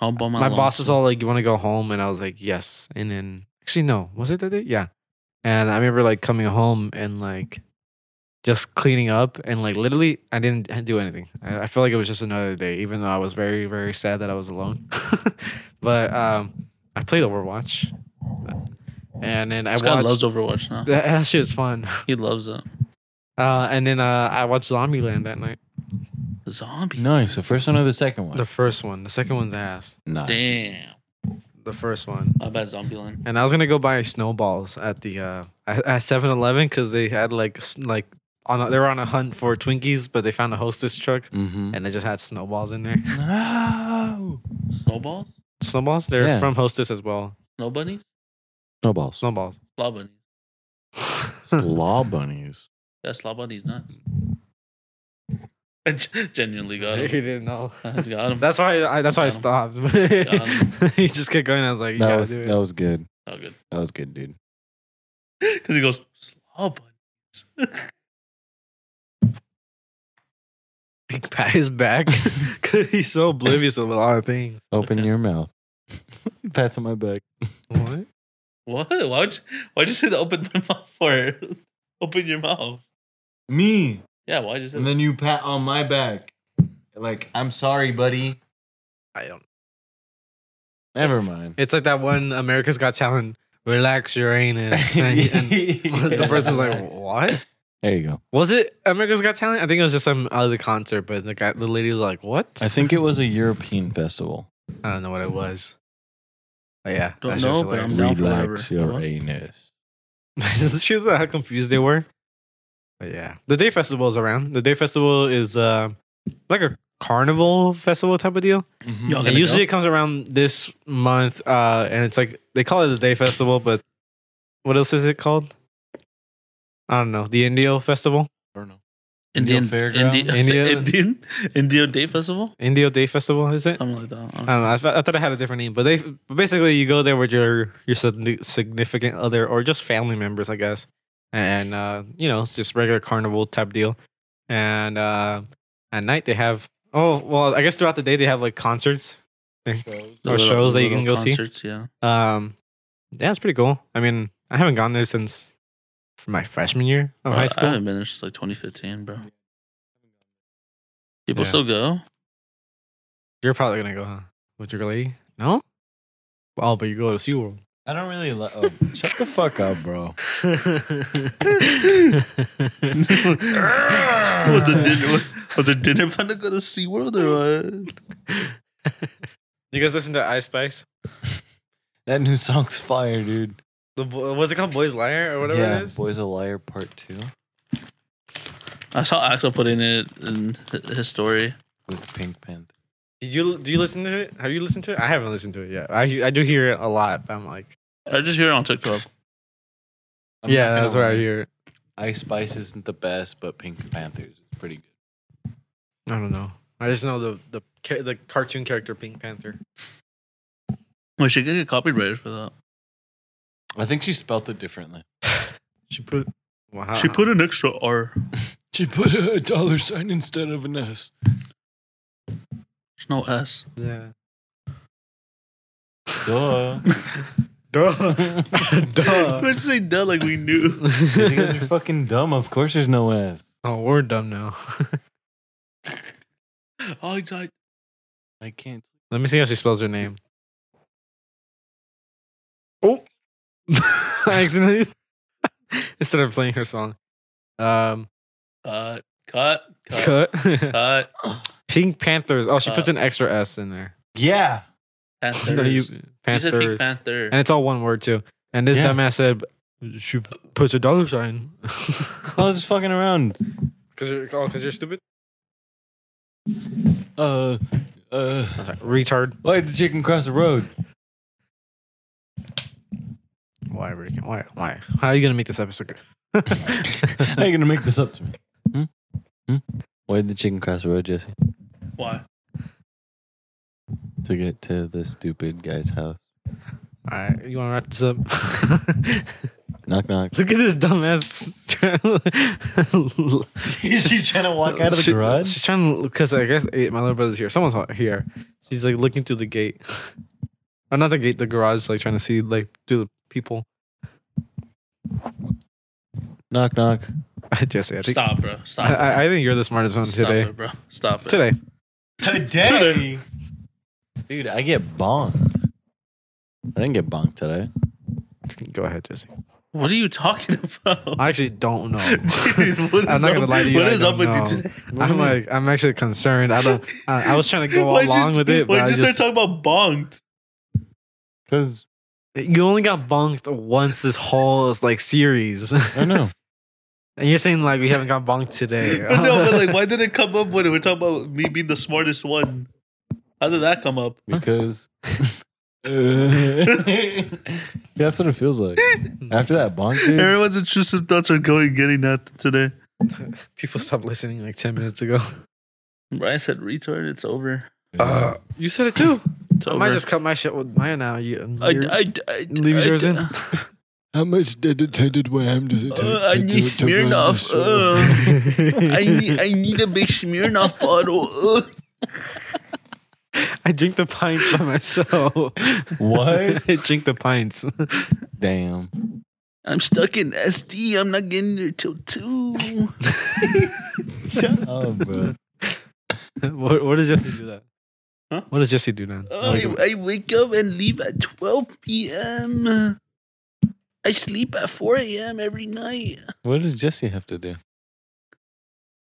Homeboy,
my boss was all like, "You want to go home?" And I was like, "Yes." And then actually, no, was it that day? Yeah. And I remember like coming home and like just cleaning up and like literally, I didn't do anything. I, I feel like it was just another day, even though I was very very sad that I was alone. [laughs] but um, I played Overwatch, and then I
This guy loves
watched.
Overwatch now.
that, [laughs] that shit's fun.
He loves it.
Uh, and then uh, I watched Zombieland that night.
Zombie.
Nice. The first one or the second one?
The first one. The second one's ass.
Nice.
Damn.
The first one.
I bet Zombieland.
And I was gonna go buy snowballs at the uh at- at 7-Eleven because they had like s- like on a, they were on a hunt for Twinkies, but they found a Hostess truck
Mm-hmm.
and they just had snowballs in there.
No.
Snowballs?
Snowballs, they're
Yeah.
from Hostess as well.
Snow bunnies?
Snowballs.
Snowballs.
Slaw bunnies.
[laughs]
Slaw bunnies.
Yeah, slaw bunnies nuts. [laughs] I gen- genuinely got
you
him.
[laughs]
didn't know.
I got him.
That's why I that's why I stopped. [laughs] he just kept going. I was like, you
That
gotta
was
do it.
that was good.
oh, good. [laughs]
That was good, dude.
Because he goes, slaw bunnies.
He [laughs] pat his back. 'Cause he's so oblivious of a lot of things.
Open
Okay.
your mouth. [laughs] Pats on my back.
What?
what? Why would you, why'd you say to open [laughs] my mouth for? open your mouth.
Me.
Yeah, why'd you say that?
then you pat on my back. Like, I'm sorry, buddy.
I don't
Never mind.
It's like that one America's Got Talent. Relax
[laughs]
your anus. And, and the person's like, what?
There you go.
Was it America's Got Talent? I think it was just some other concert, but the guy, the lady was like, what?
I think it was a European festival.
I don't know what it was. But yeah,
Don't
that shit
know,
was
but I'm
hilarious. [laughs]
down
Relax
for whatever.
Uh-huh.
your
What?
anus.
she was like, how confused they were. But yeah, the day festival is around. The day festival is uh, like a carnival festival type of deal.
Mm-hmm.
Y'all
And
gonna
usually it
go?
comes around this month, uh, and it's like they call it the day festival, but what else is it called? I don't know. The Indio Festival,
Indian
Indian
Fairground?
Fairground?
Indian, [laughs]
Indian-
Indian, Indian Day Festival?
Indio Day Festival, is it?
Something like that. I
I don't know. I, thought- I thought I had a different name, but they but basically you go there with your your sig- significant other or just family members, I guess, and uh, you know it's just regular carnival type deal. And uh, at night they have oh well, I guess throughout the day they have like concerts.
The
Or
little-
Uh, shows
the
that you
little
can go see?
concerts, Yeah.
Um, yeah, it's pretty cool. I mean, I haven't gone there since my freshman year
Bro,
of high
I
school.
haven't been there since like 2015, bro. People
Yeah.
still
[laughs]
go. [laughs]
You're probably gonna go, huh? With your lady? No. Oh, but you go to SeaWorld. [laughs]
I don't really love. Oh,
Shut the fuck up, bro.
was the dinner was the dinner fun to go to SeaWorld or what?
you guys listen to Ice Spice?
that new song's fire, dude.
The bo- what's it called, Boys Liar or whatever it is?
Boys a Liar Part Two
I saw Axel put in it in hi- his story.
with Pink Panther.
Did you do you listen to it? Have you listened to it? I haven't listened to it yet. I I do hear it a lot. But I'm like,
I just hear it on TikTok.
I'm not
yeah,
gonna
that's where I
lie.
hear it.
Ice Spice isn't the best, but Pink Panthers is pretty good.
I don't know. I just know the the ca- the cartoon character Pink Panther.
We should get copyrighted for that.
I think she spelt it differently.
She put wow.
She put an extra R.
She put a dollar sign instead of an S.
There's no S.
yeah.
[laughs] Duh.
[laughs] Duh. Duh.
[laughs] Let's say duh like we knew.
you guys are fucking dumb. Of course there's no S.
[laughs] oh, we're dumb now.
[laughs]
[laughs]
Oh, it's like
I can't.
Let me see how she spells her name. Oh, [laughs] I accidentally [laughs] instead of playing her song. Um,
cut, uh, cut, cut, cut.
cut. [laughs] Pink Panthers. Oh, she puts an extra S in there.
Yeah.
Panthers.
No, you,
You said
Panthers.
Pink Panther.
And it's all one word too. And this
Yeah.
dumbass said she puts a dollar sign. [laughs]
I was just fucking around.
Cause you're, oh, cause you're stupid.
Uh, uh,
Retard.
why did the chicken cross the road?
Why, Rick? Why? Why? How are you gonna make this episode? [laughs] good?
How you gonna make this up to me? Hmm? Hmm? Why did the chicken cross the road, Jesse?
Why?
To get to the stupid guy's house.
All right, you want to wrap this up?
Knock knock.
[laughs] Look at this dumbass. trying to-
[laughs] Is she trying to walk out of the
She-
garage?
She's trying to because I guess eh, my little brother's here. Someone's ho- here. She's like looking through the gate, [laughs] or not the gate, the garage, like trying to see like through the people. [laughs]
Knock knock.
Jesse, I think
Stop, bro. Stop.
I, I- I think you're the smartest one
Stop
today.
it, bro. Stop it.
Today,
Today.
Dude, I get bonked. I didn't get bonked today.
go ahead, Jesse.
What are you talking [laughs] about?
I actually don't
[laughs]
know.
Dude, what
I'm
is
not gonna
up-
lie to you.
What
I
is
don't
up with
know.
you today?
I'm like, I'm actually concerned.
[laughs]
I don't. I, I was trying to go
Why'd you-
along with it, but
Why'd
I
you
just,
start talking about
[laughs]
bonked?
Because
you only got bonked once this whole like series, [laughs] and
I [laughs] know.
you're saying like we haven't got bonked today.
But [laughs] no, but like, why did it come up when we're talking about me being the smartest one? How did that come
[laughs]
up? [laughs]
[laughs] Because that's what it feels like. After that bonk, dude.
Everyone's intrusive thoughts are going getting at today.
[laughs] people stopped listening like ten
[laughs]
minutes ago.
Brian said retard, it's over. Uh,
You said it too.
It's
I
over.
might just cut my shit with mine now. You,
I,
you're-
I, I,
leave
I-
yours in.
Uh,
How much dedicated wham does it
I need Smirnoff. Uh, [laughs] I need, I need a big Smirnoff bottle. Uh.
[laughs] I drink the pints by myself. [laughs]
uh. What?
I drink the pints.
[laughs]
[laughs]
Damn.
I'm stuck in SD. I'm not getting there till two.
[laughs]
Shut up, Oh, bro.
what, what does Jesse do that?
Huh? Oh,
What does Jesse do now?
I, I wake up and leave at 12 p.m. I sleep at 4 a.m. every night.
What does Jesse have to do?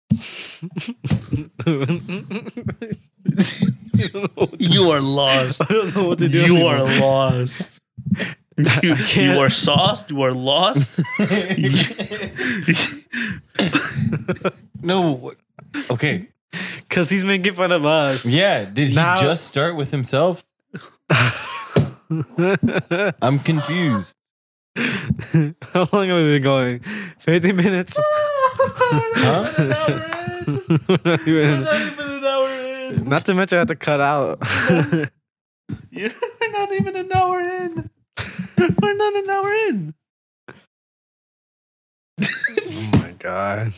[laughs] You are lost.
I don't know what to do.
You are
anymore. [laughs]
lost. You,
I can't-
you are sauced. You are
[laughs]
lost.
No. what- Okay.
[laughs] Cause he's making fun of us.
Yeah. Did he
Now-
just start with himself?
[laughs]
I'm confused.
How long have we been going? 50 minutes? [laughs] We're not even-
an hour in.
not to mention I had to cut out. [laughs]
You're not even an hour in. We're not an hour in.
my god.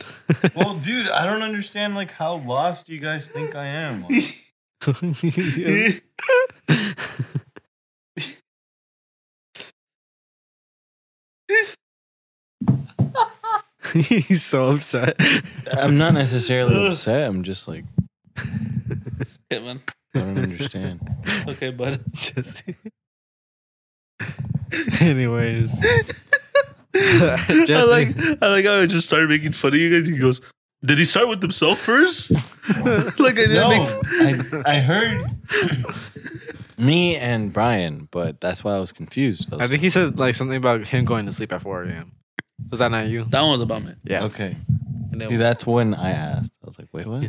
Well, dude, I don't understand like how lost you guys think I
[laughs]
am.
[laughs] He's so upset. [laughs]
I'm not necessarily upset. I'm just like
Yeah, man.
I don't understand.
Okay, bud.
Just Anyways. Jesse.
I like I like how I just started making fun of you guys. He goes, Did he start with himself first? [laughs] like I didn't
No,
make
I, I heard
[laughs] Me and Brian, but that's why I was confused. I was
[laughs] I think he said like something about him going to sleep at 4 a.m. Was that not you?
that one was about me.
Yeah.
okay.
And
See,
then-
that's when I asked. I was like, wait, what?
Yeah.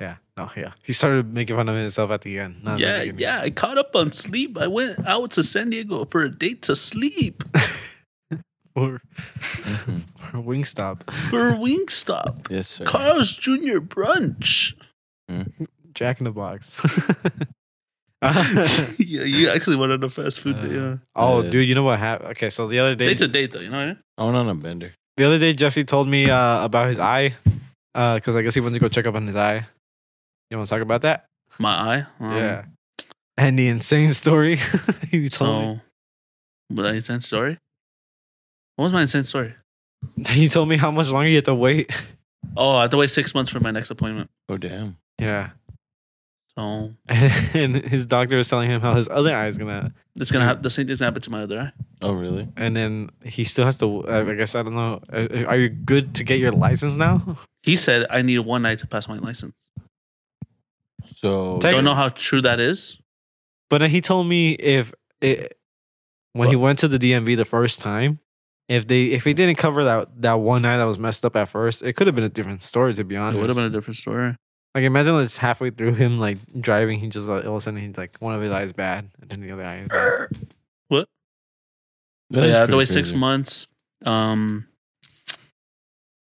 yeah. No, yeah. He started making fun of himself at the end. Not
yeah,
at the beginning.
yeah. I caught up on sleep. I went out to San Diego for a date to sleep
Or, [laughs]
Mhm.
or Wingstop.
for Wingstop.
Yes, sir.
Carl's Jr. brunch. [laughs]
Jack in the Box.
yeah, you actually went on a fast food day. Huh?
oh,
Yeah.
dude, you know what happened? Okay, so the other day,
Date's a date though, you know what I mean?
I went on a bender.
the other day, Jesse told me uh, about his eye, because I guess he went to go check up on his eye. You want to talk about that?
My eye. um,
And the insane story [laughs] he told
So, but that insane story. What was my insane story?
me. He told me how much longer you have to wait. [laughs]
Oh, I have to wait six months for my next appointment.
Oh, damn.
Yeah.
So
And his doctor was telling him how his other eye is gonna,
it's gonna happen. The same thing's gonna happen to my other eye.
Oh, really?
and then he still has to. uh, I guess I don't know. uh, Are you good to get your license now? [laughs]
He said I need one night to pass my license.
So,
Take-
Don't know how true that is.
But then he told me if it when he went to the DMV the first time, if they if he didn't cover that that one night that was messed up at first, it could have been a different story to be
It
honest.
would have been a different story.
like imagine like, just halfway through him like driving, he just like all of a sudden he's like one of his eyes bad and then the other eye
[laughs]
is bad.
that is
But yeah, I had to
pretty
wait six
crazy.
months. Um,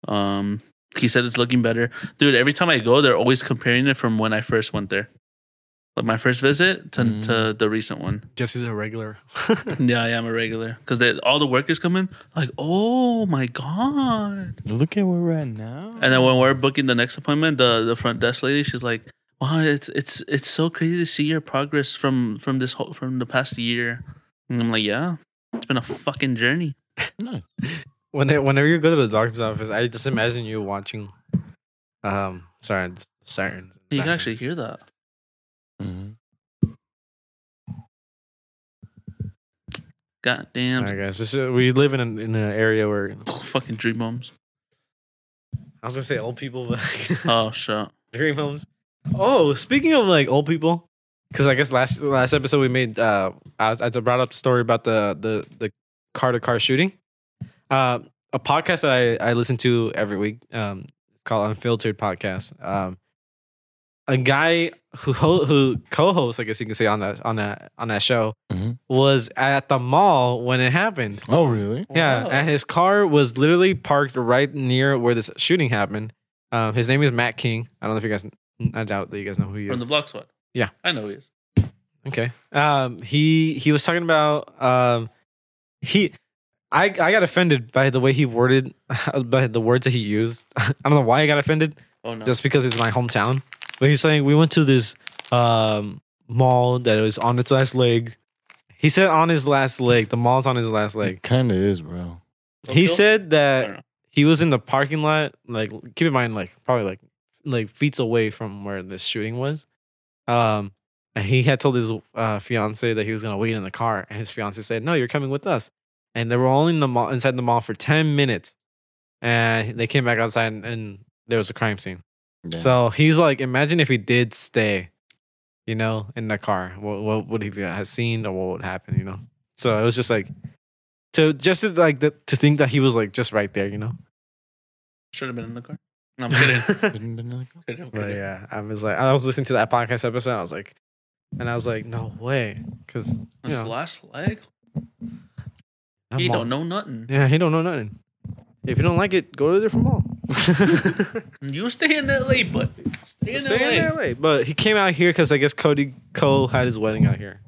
um, he said it's looking better, dude. Every time I go, they're always comparing it from when I first went there. like my first visit to,
Mm.
to the recent one.
Jesse's
[laughs]
a regular.
Mm-hmm. Yeah, I am a regular because all the workers come in like, oh my god.
Look at where we're at now.
And then when we're booking the next appointment, the the front desk lady, she's like, "Wow, it's it's it's so crazy to see your progress from from this whole from the past year." And I'm like, "Yeah, it's been a fucking journey."
No.
[laughs] When whenever you go to the doctor's office, I just imagine you watching. Um, sorry, I'm just sirens.
You can actually hear that.
Mhm.
Mm-hmm.
God damn,
Sorry, guys. This is, we live in an, in an area where
[laughs] fucking dream homes.
I was gonna say old people, but [laughs]
Oh shit.
dream homes. Oh, speaking of like old people, because I guess last last episode we made, uh, I, was- I brought up the story about the the the car to car shooting. Uh, a podcast that I I listen to every week. Um, it's called Unfiltered Podcast. Um, a guy who ho- who co-hosts, I guess you can say on that on that on that show,
Mhm.
was at the mall when it happened.
Oh, really?
Yeah,
Wow.
and his car was literally parked right near where this shooting happened. Um, his name is Matt King. I don't know if you guys. I doubt that you guys know who he
From
is.
the block squad.
Yeah.
I know he is.
Okay. Um, he he was talking about um, he. I, I got offended by the way he worded [laughs] by the words that he used. [laughs] I don't know why I got offended.
Oh no.
Just because it's my hometown. But he's saying we went to this um, mall that was on its last leg. He said on his last leg. The mall's on his last leg.
It kind of is, bro.
He
Tokyo?
said
Oh, I don't know.
that he was in the parking lot, like keep in mind, like probably like like feet away from where this shooting was. Um, and he had told his uh, fiance that he was gonna wait in the car, and his fiance said, "No, you're coming with us." And they were only in the mall, inside the mall for ten minutes, and they came back outside, and, and there was a crime scene.
Yeah.
So he's like, imagine if he did stay, you know, in the car, what what would he have seen or what would happen, you know? So it was just like to just to, like the, to think that he was like just right there, you know.
should have been in the car. No, I'm
[laughs]
kidding.
Couldn't been like-
I'm kidding. I'm
But
kidding.
yeah, I was like, I was listening to that podcast episode. I was like, and I was like, no way, because you
His
know,
last leg.
that
He
mall-
don't know nothing.
Yeah, he don't know nothing. If you don't like it, go to a different mall.
You stay in LA, but stay [laughs] in LA.
[laughs] Stay in LA. But he came out here because I guess Cody Cole had his wedding out here,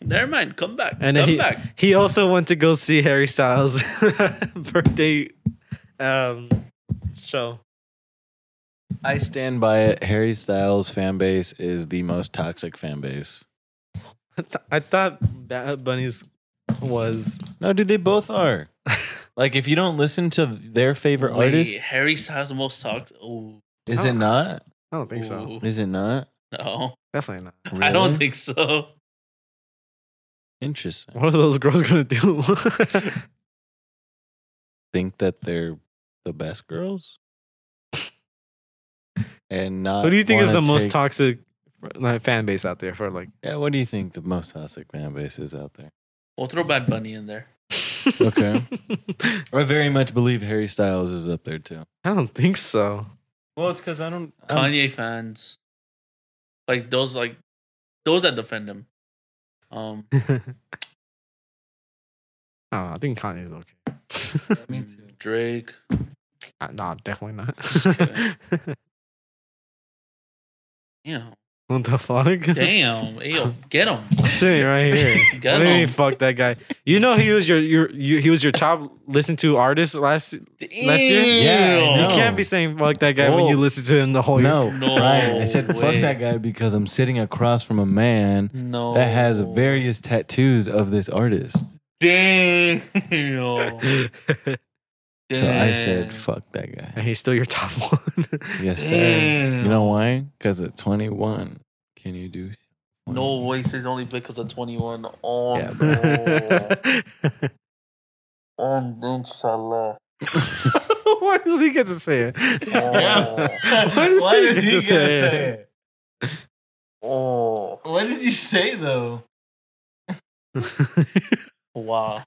Never mind. Come back.
and
come
he
back.
he also went to go see Harry Styles' [laughs] birthday um, show.
I stand by it. Harry Styles fan base is the most toxic fan base.
I, th- I thought Bad Bunny's was
No, dude, they both [laughs] are. like, if you don't listen to their favorite
Wait,
artist,
Harry Styles the most talked. Oh,
is
Oh.
it not?
I don't think so.
Is it not?
No,
Definitely not.
I don't
Really?
think so.
Interesting.
What are those girls gonna do? [laughs]
Think that they're the best girls? And not.
Who do you think is the
wanna
most
take-
toxic like, fan base out there for like?
Yeah, what do you think the most toxic fan base is out there?
We'll throw Bad Bunny in there.
[laughs] Okay. I very much believe Harry Styles is up there too.
[laughs] I don't think so. [laughs]
Well, it's because I don't.
Um,
Kanye fans, like those, like those that defend him. Um,
I don't know. Oh, I think Kanye's okay.
Me
Mm.
too.
Drake.
Uh, no, definitely
Just kidding.
not. [laughs]
Damn,
what the fuck? [laughs]
[laughs] damn, yo, get him.
I'm Sitting right here.
Got
what do you mean,
him.
fuck that guy? You know he was your, your you, he was your top listened to artist last. Last year?
Yeah, I No.
You can't be saying fuck that guy when
Whoa.
you listen to him the whole year.
No,
No
Ryan, I said
way.
fuck that guy because I'm sitting across from a man
No,
that has various tattoos of this artist.
damn. [laughs]
[laughs]
So I said
Damn.
fuck that guy.
[laughs]
and he's still your top [laughs] one.
[laughs]
Yes, sir.
Damn.
You know why? Because at 21, can you do?
No Oasis only because of Oh, 21 on
Yeah,
[laughs] on inshallah.
[laughs] Why does he get to say it?
Oh.
[laughs] Why does he get to say, it?
Oh,
What did he say though?
[laughs] wow.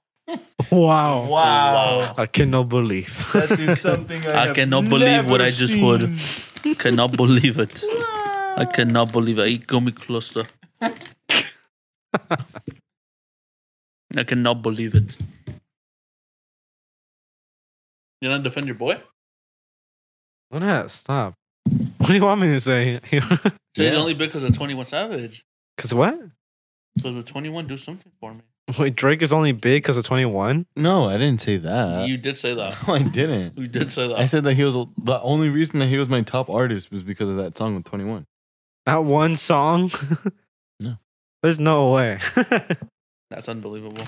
Wow.
Wow.
I cannot believe. [laughs]
something
I cannot believe what I just heard. [laughs] Cannot believe it. I cannot believe it. It got me closer. I cannot believe it. You're not defend your boy?
What up? Stop. What do you want me to say? [laughs]
Today's
Yeah.
only because of 21 Savage.
Because what?
Because with 21, do something for me.
Wait, Drake is only big because of 21?
No, I didn't say [laughs] that.
you did say [laughs] that.
No, I didn't.
You did say that.
I said that he was the only reason that he was my top artist was because of that song with 21.
That one song?
No.
There's no way. [laughs]
That's unbelievable.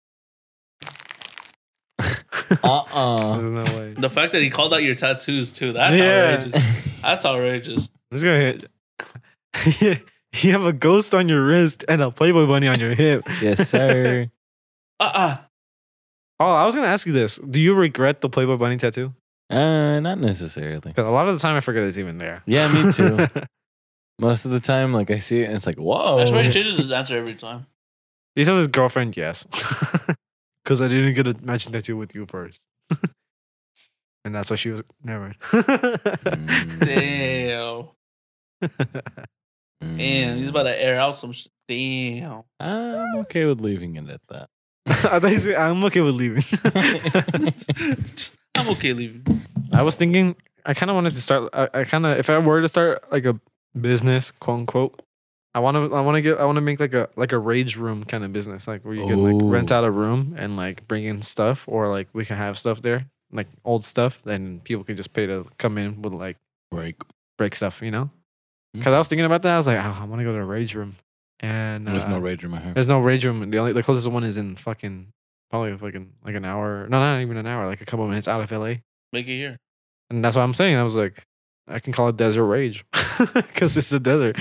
[laughs] Uh-uh.
There's no way.
The fact that he called out your tattoos too, that's
Yeah.
outrageous. That's outrageous.
This guy. [laughs] you have a ghost on your wrist and a Playboy bunny on your hip.
yes, sir.
Uh-uh.
Oh, I was gonna ask you this. Do you regret the Playboy bunny tattoo?
Uh, not necessarily.
Because a lot of the time I forget it's even there.
Yeah, me too. Most of the time, like I see it, and it's like, whoa.
That's why he changes his answer every [laughs] time.
[laughs] he says his girlfriend, yes. [laughs] Because I didn't get a matching tattoo with you first. [laughs] and that's why she was. [laughs] Never mind.
Mm,
Damn.
mm.
Damn. He's about to air out some shit. Damn.
I'm okay with leaving it at that.
[laughs] I thought you said, I'm okay
[laughs]
with leaving. [laughs]
I'm
[clears throat]
okay leaving.
I was thinking, I kind of wanted to start. I, I kind of, if I were to start like a business, quote unquote, I want to, I want to get, I want to make like a like a rage room kind of business, like where you can like
Ooh.
rent out a room and like bring in stuff, or like we can have stuff there, like old stuff, then people can just pay to come in with like
Break.
break stuff, you know?
Hmm.
Because I was thinking about that, I was like, oh, I want to go to a rage room, and
There's
uh,
no rage in my heart.
there's no rage room. The only the closest one is in fucking probably fucking like an hour. No, not even an hour. Like a couple minutes out of LA.
Make it here.
And that's what I'm saying. I was like, I can call it desert rage [laughs] because it's the desert.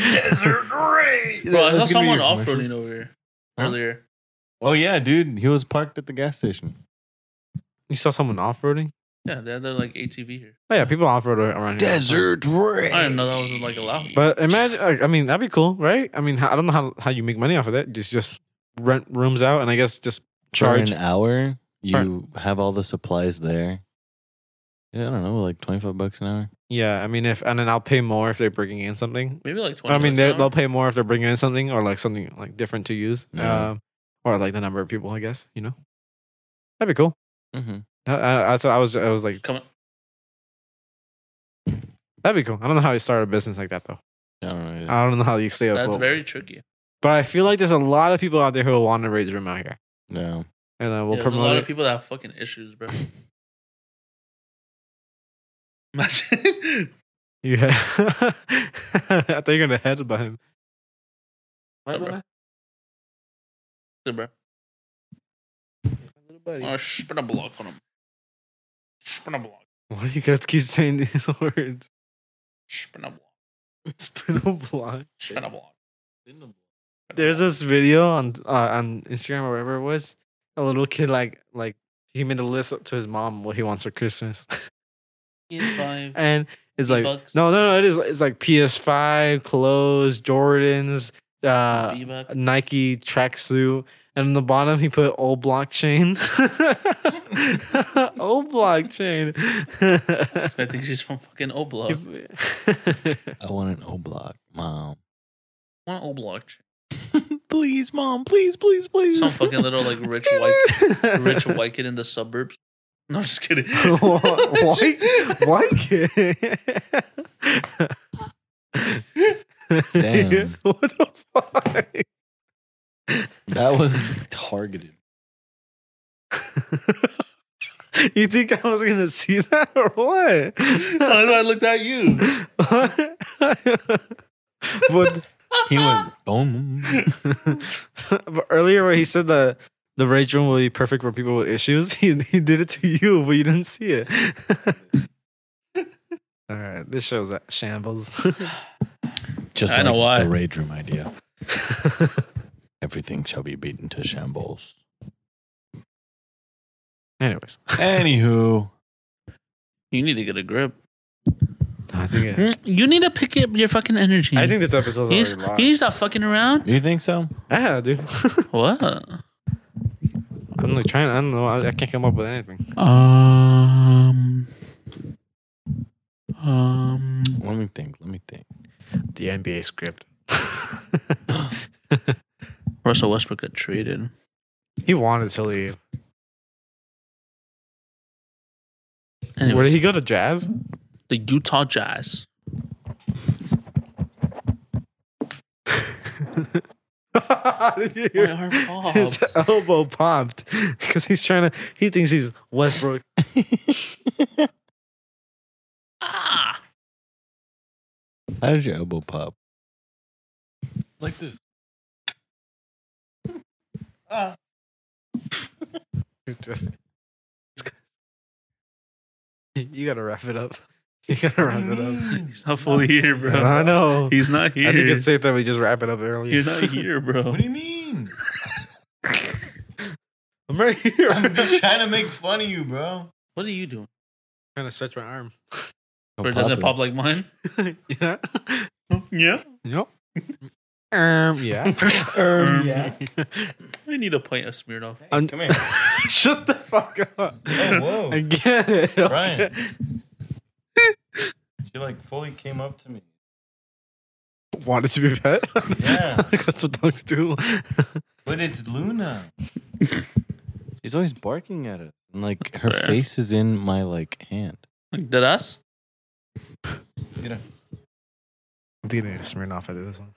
[laughs]
Bro, I saw
That's gonna be
someone
your
off
commercials.
roading over here
Huh?
earlier.
Oh yeah, dude, he was parked at the gas station.
You saw someone off roading?
Yeah, they had their like ATV here.
Oh, yeah, people off road around here.
rage.
I didn't know that was like allowed.
But imagine, like, I mean, that'd be cool, right? I mean, how- I don't know how, how you make money off of that. Just just rent rooms out and I guess just charge.
For an hour, you have all the supplies there. Yeah, I don't know, like twenty five bucks an hour.
Yeah, I mean, if and then I'll pay more if they're bringing in something.
Maybe like 20
I mean, they-
bucks an
they'll
hour.
pay more if they're bringing in something or like something like different to use,
Yeah.
um, or like the number of people. I guess you know, that'd be cool.
Mm-hmm.
I, I, I- so I was I was like,
Come on.
that'd be cool. I don't know how you start a business like that though.
I don't know. Either.
I don't know how you stay afloat.
That's very tricky.
But I feel like there's a lot of people out there who will want to raise room out here,
no.
and uh,
Yeah,
we'll
there's a
promote
lot
it.
of people that have fucking issues,
[laughs]
bro. Imagine. [laughs]
you had- [laughs] I thought you were gonna head about him.
What, bro? Hey, bro. Oh, spin a block on him. Spin a block.
Why do you guys keep saying these [laughs] words?
Spin a block.
Spin a block.
Spin a block.
There's this video on uh, on Instagram or wherever it was. A little kid like like he made a list to his mom what he wants for Christmas, [laughs]
It's five.
and it's like
V-Bucks.
no no no it is it's like PS5 clothes, Jordans, uh,
V-Buck.
a Nike tracksuit, and on the bottom he put old blockchain. [laughs] old blockchain.
I think she's from fucking Oblog.
I want an O block, mom.
want Oblog.
[laughs] please, mom. Please, please, please. [laughs]
Some
[laughs]
fucking little like rich white [laughs] rich white kid in the suburbs. No, I'm just
[laughs]
kidding. [laughs]
white white kid.
Damn.
[laughs] what the fuck? [laughs]
that was targeted.
You think I was gonna see that or what? [laughs]
That's why I looked at you.
but,
He
Ah.
went boom.
[laughs] but earlier where he said that the rage room will be perfect for people with issues, [laughs] he, he did it to you, but you didn't see it. [laughs] All right, this show's at shambles. [laughs]
Just
I know why.
the rage room idea. Everything shall be beaten to
[laughs]
shambles.
Anyways,
Anywho,
[laughs] You need to get a grip. Hmm?
I think it,
You need to pick up your fucking energy.
I think this episode's
he's,
already
he
lost.
needs to stop fucking
[laughs]
around.
you think so?
yeah, dude. [laughs]
What?
I'm like trying. I don't know. I, I can't come up with anything.
Um. Um.
Let me think. Let me think.
The NBA [laughs] script.
Russell Westbrook got traded.
he wanted to leave.
Anyway,
Where did he go to jazz? [laughs]
the Utah Jazz.
Did you hear
My arm
his
pops.
elbow popped because he's trying to. He thinks he's Westbrook.
ah,
How did your elbow
[laughs]
pop?
like this. Ah.
[laughs] you gotta wrap it up. [laughs] You gotta wrap it [laughs] up.
He's not fully here, bro.
I know.
He's not here.
I think it's safe that we just wrap it up early. [laughs]
You're not here, bro.
do you mean?
I'm right here.
trying to make fun of you, bro.
What are you doing?
trying to stretch my arm.
Or does it pop like mine?
yeah.
[laughs] Yeah.
Nope. um. [laughs] Yeah.
Um,
yeah.
I need a pint of Smirnoff.
I'm-
Mm-hmm. Come [laughs] here.
Shut the fuck up.
Oh, whoa.
I get it.
Brian. She like fully came up to me.
Wanted to be pet.
Yeah.
[laughs] That's what dogs do. [laughs]
But it's Luna. She's always barking at us. And like her
fair.
face is in my like hand.
Like that ass?
I'm thinking I need a Smirnoff out of this one.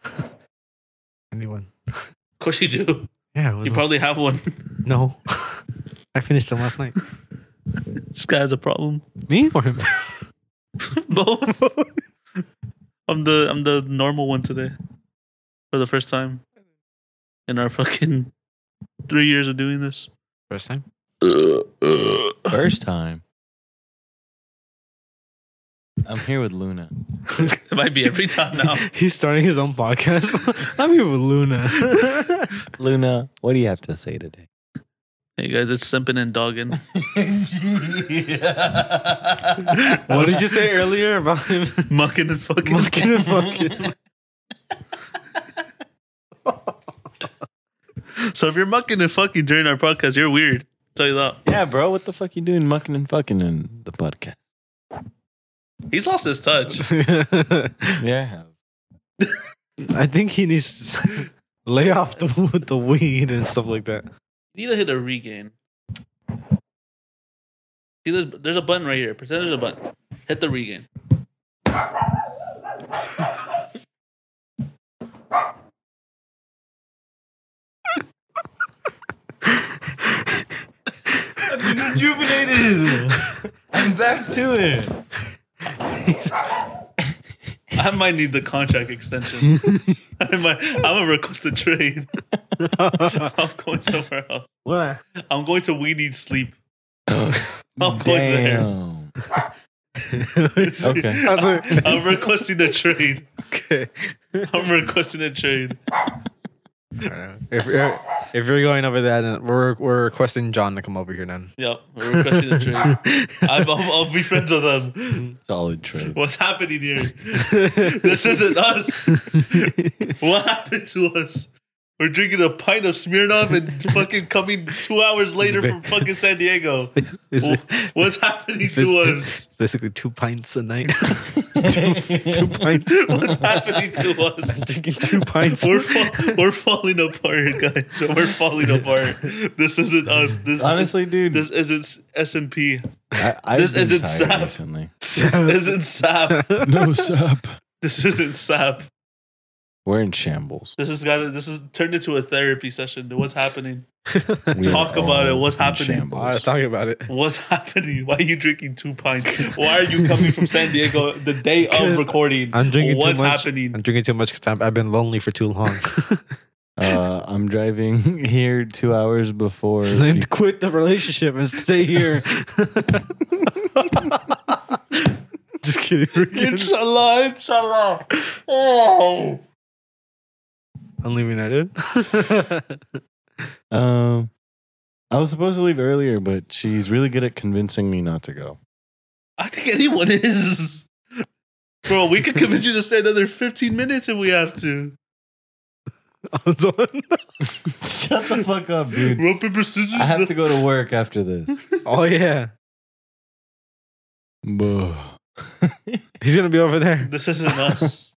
I need one.
Of course you do.
Yeah.
You probably have one. [laughs]
no. [laughs] I finished them last night.
This guy has a problem. [laughs]
Me or him?
Both. I'm the I'm the normal one today. For the first time. In our fucking three years of doing [laughs] this.
First time.
[laughs] First time. I'm here with Luna.
It might be every time now.
[laughs] He's starting his own podcast. [laughs] I'm here with Luna.
Luna, what do you have to say today?
Hey guys, it's simping and dogging.
[laughs]
[laughs]
what did you say earlier about him?
[laughs] Mucking and fucking.
Mucking and [laughs] fucking.
So if you're mucking and fucking during our podcast, you're weird. Tell you that.
yeah, bro, what the fuck you doing mucking and fucking in the podcast?
He's lost his touch.
[laughs]
Yeah, I have.
I think he needs to [laughs] lay off the [laughs] the weed and stuff like that.
need to hit a regain. See, there's, there's a button right here. Pretend there's a button. Hit the regain.
Rejuvenated! I'm back to
[laughs]
it.
I might need the contract extension. I might, I'm gonna request a trade. I'm going somewhere else.
What?
I'm going to We Need Sleep.
Oh, [laughs]
I'm going there.
Okay.
That's
[laughs]
it.
I'm requesting a trade.
okay.
[laughs] I'm requesting a trade.
Uh, If you're, if you're going over that, then we're we're requesting John to come over here then.
Yep, we're requesting a trade. I'm, I'll, I'll be friends with them.
Solid trade. [laughs]
What's happening here?
[laughs]
This isn't us. What happened to us? We're drinking a pint of Smirnoff
[laughs]
and fucking coming two hours later from fucking San Diego.
It's- [laughs]
Wha-
it's-
What's happening
it's-
to us?
it's basically two pints a night. two, [laughs] two pints.
What's happening
[laughs]
to us?
Drinking two pints.
We're,
[laughs]
fa- we're falling apart, guys. We're falling apart. This isn't us. This
Honestly, dude,
this isn't S and
[laughs]
P.
I, I've
this
been
isn't
tired
sap. [laughs]
recently.
This isn't
[laughs]
SAP.
No sup.
This isn't SAP.
We're in
[laughs]
shambles.
This has got to, this is turned into a therapy session. What's happening?
We
Talk
are all
about it. What's
in
happening?
Wow, [laughs]
Shambles.
talk about it.
What's [laughs] happening? Why are you drinking two pints? Why are you coming from San Diego the day of
'Cause
recording?
I'm drinking
What's
too much.
happening?
I'm drinking too much because I've been lonely for too
[laughs]
long. [laughs]
Uh, I'm driving [laughs] here two hours
[laughs]
before.
Then quit the relationship and stay here. [laughs] Just kidding. We're kidding.
Inshallah, inshallah. Oh.
I'm leaving that in. [laughs]
Um, I was supposed to leave earlier, but she's really good at convincing me not to
[laughs]
go.
I think anyone is. Bro, we could convince you to stay another 15 minutes if we have to.
I'm done.
Shut the fuck up, dude.
Rope, paper, scissors.
I have to go to work after this.
Oh yeah,
Buh.
he's gonna be over there.
This isn't
[laughs]
us.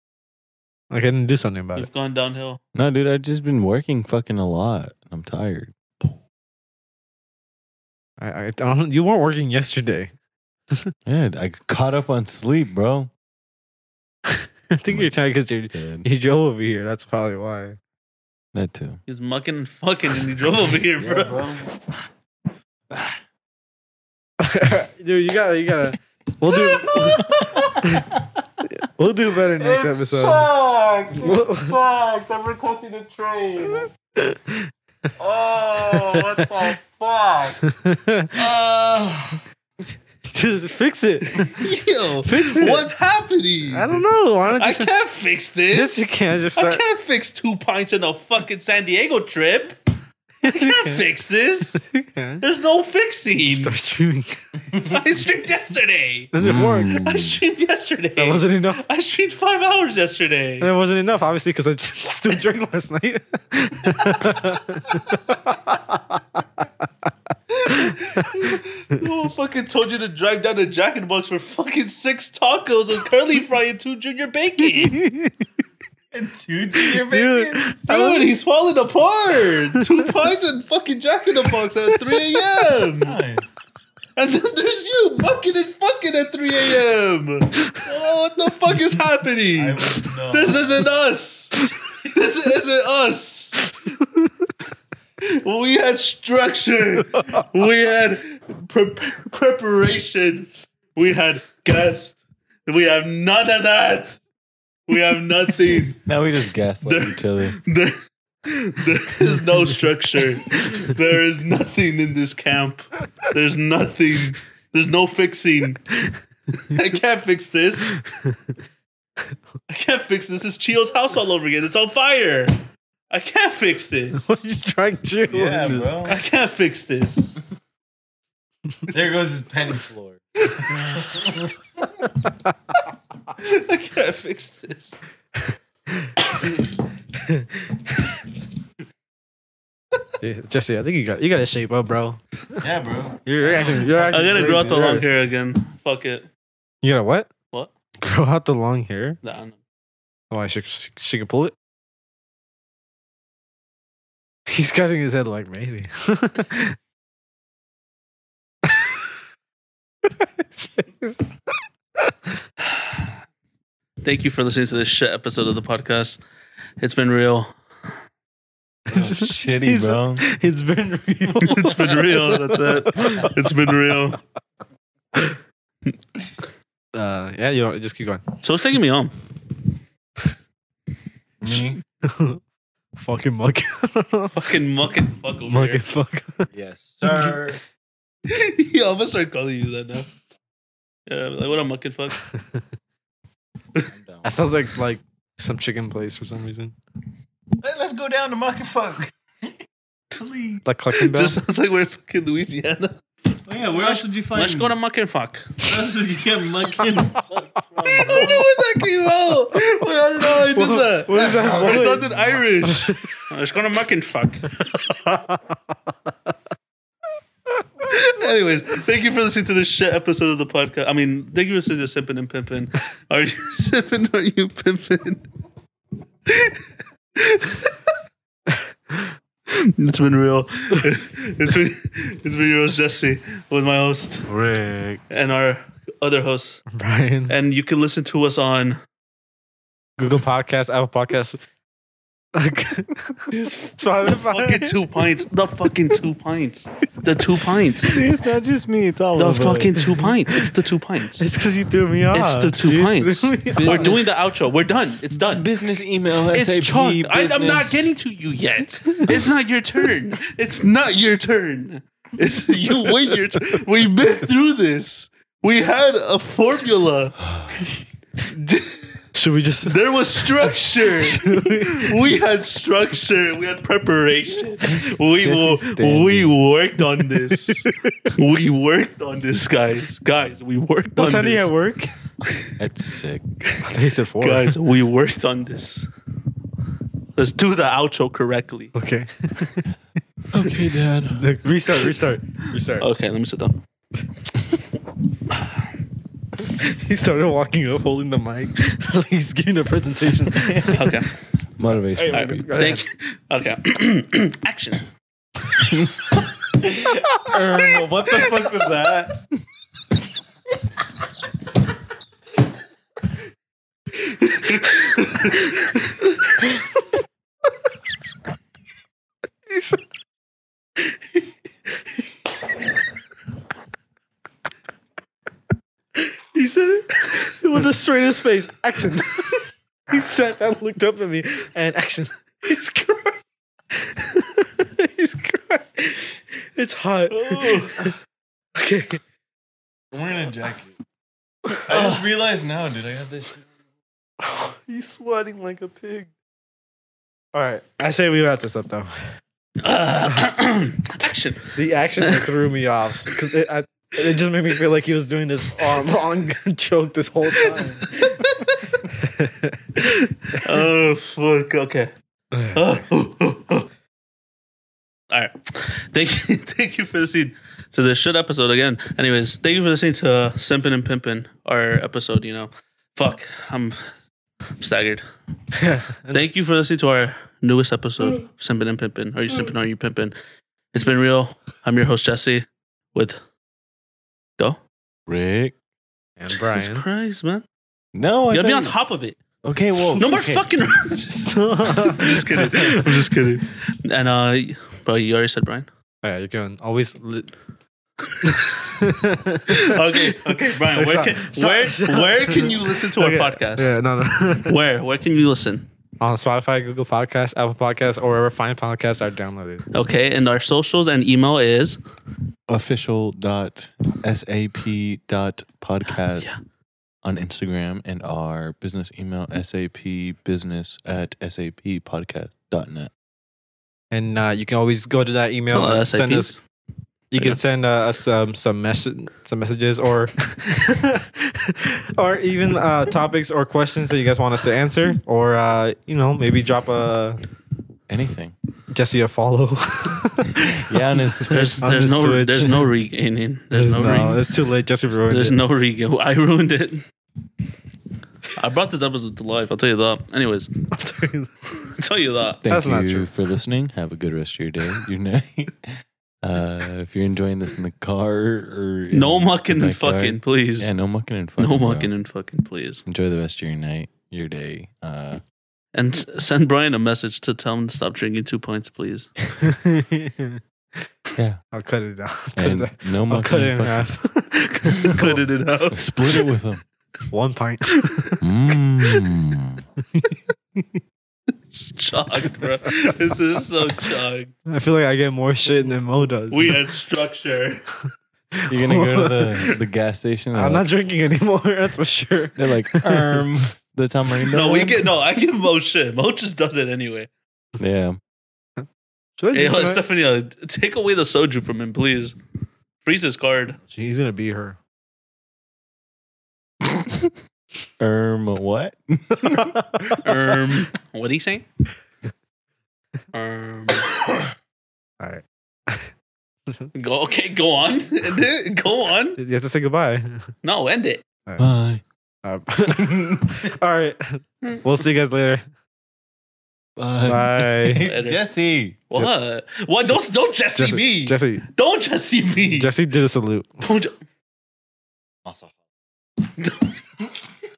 I can do something about it.
We've gone downhill.
no, dude, I've just been working fucking a lot. I'm tired.
I, I, I don't. You weren't working yesterday. [laughs]
Yeah, I caught up on sleep, bro.
I think you're tired because you
Dude.
you drove over here. That's probably why.
That too.
He's mucking and fucking, and he drove over here, bro.
[laughs] Dude, you gotta, you gotta. We'll do, [laughs] we'll do better next episode.
Chugged.
Wha-
It's chugged. I'm requesting a train. Oh, what the fuck?
[laughs] Just fix it.
[laughs] Yo,
Fix it.
what's happening?
I don't know. Why don't
I
you? Just,
can't fix this.
this you can't just
I
start.
can't fix two pints in a fucking San Diego trip.
[laughs]
I can't fix this.
You can't.
There's no fixing.
Start streaming.
[laughs]
[laughs]
I streamed yesterday.
That didn't work.
I streamed yesterday.
Mm. That wasn't enough.
I streamed five hours yesterday.
That wasn't enough, obviously, because I just [laughs] still drank last [laughs] night.
Who fucking told you to drive down to Jack and Box for fucking six tacos and curly fry and two junior bacon?
And [laughs] two junior
Dude,
bacon.
Dude, he's falling apart. [laughs] Two pints and fucking Jack in the Box at 3 a.m.
Nice.
And then there's you mucking and fucking at 3 a.m. Oh, what the fuck is
I
happening?
was not.
This isn't us. This isn't us. We had structure. We had pre- preparation. We had guests. We have none of that. We have nothing.
Now we
[laughs]
just gaslight each
[laughs]
other.
There, there is no structure. There is nothing in this camp. There's nothing. There's no fixing. I can't fix this. I can't fix this. It's Chio's house all over again. It's on fire. I can't fix this.
you drank juice.
yeah, bro.
I can't fix this.
There goes his penny
[laughs]
floor.
I can't fix this.
Jesse, I think you got you got to shape up, bro.
Yeah, bro.
You're acting. You're acting
I gotta
crazy.
grow out the
You're-
long hair again. Fuck it.
You gotta what?
What?
[laughs] Grow out the long hair? Oh,
Nah, no.
Why she she, she can pull it? [laughs] He's scratching his head like maybe. [laughs] His face.
Thank you for listening to this shit episode of the podcast. It's been real. [laughs]
Shitty,
[laughs] He's-
bro.
It's been real.
It's been real. That's it. [laughs] It's been real.
Uh, yeah, you are- just keep going.
So it's taking me home.
Me?
Fucking muck.
Fucking muck and fuck over
muck
here.
and fuck.
Yes.
Sir.
[laughs]
[laughs] Yo, I'm gonna start calling you that now. Yeah, like what a muck and fuck.
That sounds like like some chicken place for some reason.
Let, us go down to Market Fuck. Please.
Like clucking bell.
[laughs] Just sounds like we're in fucking Louisiana.
Oh, yeah, where else would you find
Let's go to muck and fuck.
Where else would you get
[laughs]
mucking?
I don't know where that came out. Wait, I don't know how I did that.
what is that?
I
voice?
sounded Irish. [laughs] Let's go to muck and fuck. [laughs] Anyways, thank you for listening to this shit episode of the podcast. I mean, thank you for listening to Sippin' and Pimpin'. Are you [laughs] sippin' or are you pimpin'? [laughs] it's been real. [laughs] It's been, it's been yours, Jesse, with my host
Rick,
and our other host.
Brian,
And you can listen to us on
Google Podcasts, Apple Podcasts.
fucking
[laughs] Spotify. [laughs]
two pints. The fucking two pints. The two pints.
See, it's not just me. It's all
The
over.
fucking two pints. It's the two pints.
It's because you threw me off.
It's the
[laughs]
two
You
pints.
threw me
We're
off.
doing the outro. We're done. It's done.
Business email.
It's Chuck. I, I'm not getting to you
[laughs]
yet. It's not your turn. It's not your turn. It's [laughs] you wait your turn. We've been through this. We had a formula.
Should we just?
There was
[laughs]
structure. we had structure. We had preparation. We wo- we worked on this. we worked on this, guys. Guys, we worked
What
on
time do you
this.
at work?
That's sick.
I think it's at four.
Guys, we worked on this. Let's do the outro correctly.
Okay.
Okay, Dad.
Look, restart. Restart. Restart.
Okay, let me sit down.
He started walking up, holding
[laughs]
the mic. like he's giving a [laughs] presentation.
Okay.
Motivation.
All right. Thank Okay. [clears throat] Action.
what the fuck was that?
He said it with the straightest face. Action. [laughs] he sat down, looked up at me, and action. [laughs] He's crying. [laughs] He's crying. It's hot. [laughs] Okay.
I'm wearing a jacket. I [laughs] just realized now, dude. I have this. shit.
[laughs] He's sweating like a pig. All right. I say we wrap this up though.
Uh, [clears throat] action.
The [laughs] action that threw me off because it, I- it just made me feel like he was doing this arm [laughs] wrong joke this whole [laughs] time.
Oh fuck. Okay. Oh, oh, oh, oh. All right. Thank you. [laughs] Thank you for listening to this shit episode again. Anyways, thank you for listening to uh, Simpin' and Pimpin' our episode. You know, fuck. I'm, I'm staggered. Thank you for listening to our newest episode, Simpin' and Pimpin'. Are you simpin'? Are you pimpin'? It's been real. I'm your host Jesse with Go
Rick.
[laughs] and
Jesus Christ, man.
No, Oh, I
You gotta be
thought
on
you-
top of it.
Okay, well,
No more
okay.
fucking. [laughs]
[laughs]
just, I'm just kidding.
[laughs]
I'm just kidding. And uh, bro, you already said Brian.
All right, you can always. [laughs] Li-
okay, okay, Brian. Where
Stop.
can
Stop.
where
Stop. [laughs]
where can you listen to our
Okay.
podcast?
Yeah, no, no. [laughs]
Where where can you listen?
On Spotify, Google Podcasts, Apple Podcasts, or wherever fine podcasts are downloaded.
Okay, and our socials and email is
official dot sap dot podcast on Instagram and our business email sap business at sap podcast dot net.
And uh, you can always go to that email
Tell
and
us
send
IPs.
us. You
Yeah.
can send uh, us um, some mes- some messages or [laughs] or even uh, topics or questions that you guys want us to answer, or uh, you know maybe drop a
Anything.
Jesse a follow. [laughs]
Yeah, and his
there's
Twitch.
On
there's
this
no
Twitch.
there's no regaining. There's, no, re-
it's too late. Jesse ruined
there's
it.
no regain. I ruined it. I brought this episode to life. I'll tell you that. Anyways, I'll tell you
[laughs] Thank
that.
That's
you
not true.
for listening. Have a good rest of your day, [laughs] your night. Uh, if you're enjoying this in the car or in
No
the
mucking and
backyard,
fucking, please.
Yeah, no mucking and fucking.
no
bro.
mucking and fucking, please.
Enjoy the rest of your night, your day. Uh,
And s- send Brian a message to tell him to stop drinking two pints, please.
[laughs]
yeah,
I'll cut it down. I'll cut it
and
down.
no
I'll
mucking
cut it in
and fucking.
half.
[laughs]
Oh.
Cutting it out.
Split it with them.
[laughs] One pint. [laughs]
Mm.
It's chalked, bro. This is so chalked.
I feel like I get more shit than Mo does. [laughs]
had structure.
You're gonna go to [laughs]
[laughs]
the, the gas station.
I'm not drinking anymore. [laughs] That's for sure.
They're like,
[laughs]
um, the tamarind.
No, we
one?"
get no. I give Mo shit. Mo just does it anyway.
Yeah,
Should I
Hey,
do
yo,
that?
Stephanie, uh, take away the soju from him, please. Freeze his card.
He's gonna be her. Erm,
um, what?
Um, [laughs] what do you say? Um,
All right.
go okay. Go on. End it. [laughs] go on.
You have to say goodbye. [laughs]
No, end it.
[laughs] Bye.
Uh, [laughs] all right. We'll see you
[laughs]
guys later. Bye.
Later.
Jesse.
What? What? Don't don't Jesse, me.
Jesse.
don't Jesse me.
Jesse did a salute.
don't. Je-
Also,
That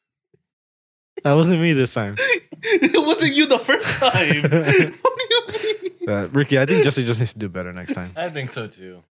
wasn't me this time.
[laughs] it wasn't you the first [laughs] time. what do you mean?
Uh, Ricky, I think Jesse just needs to do better next time.
I think so too.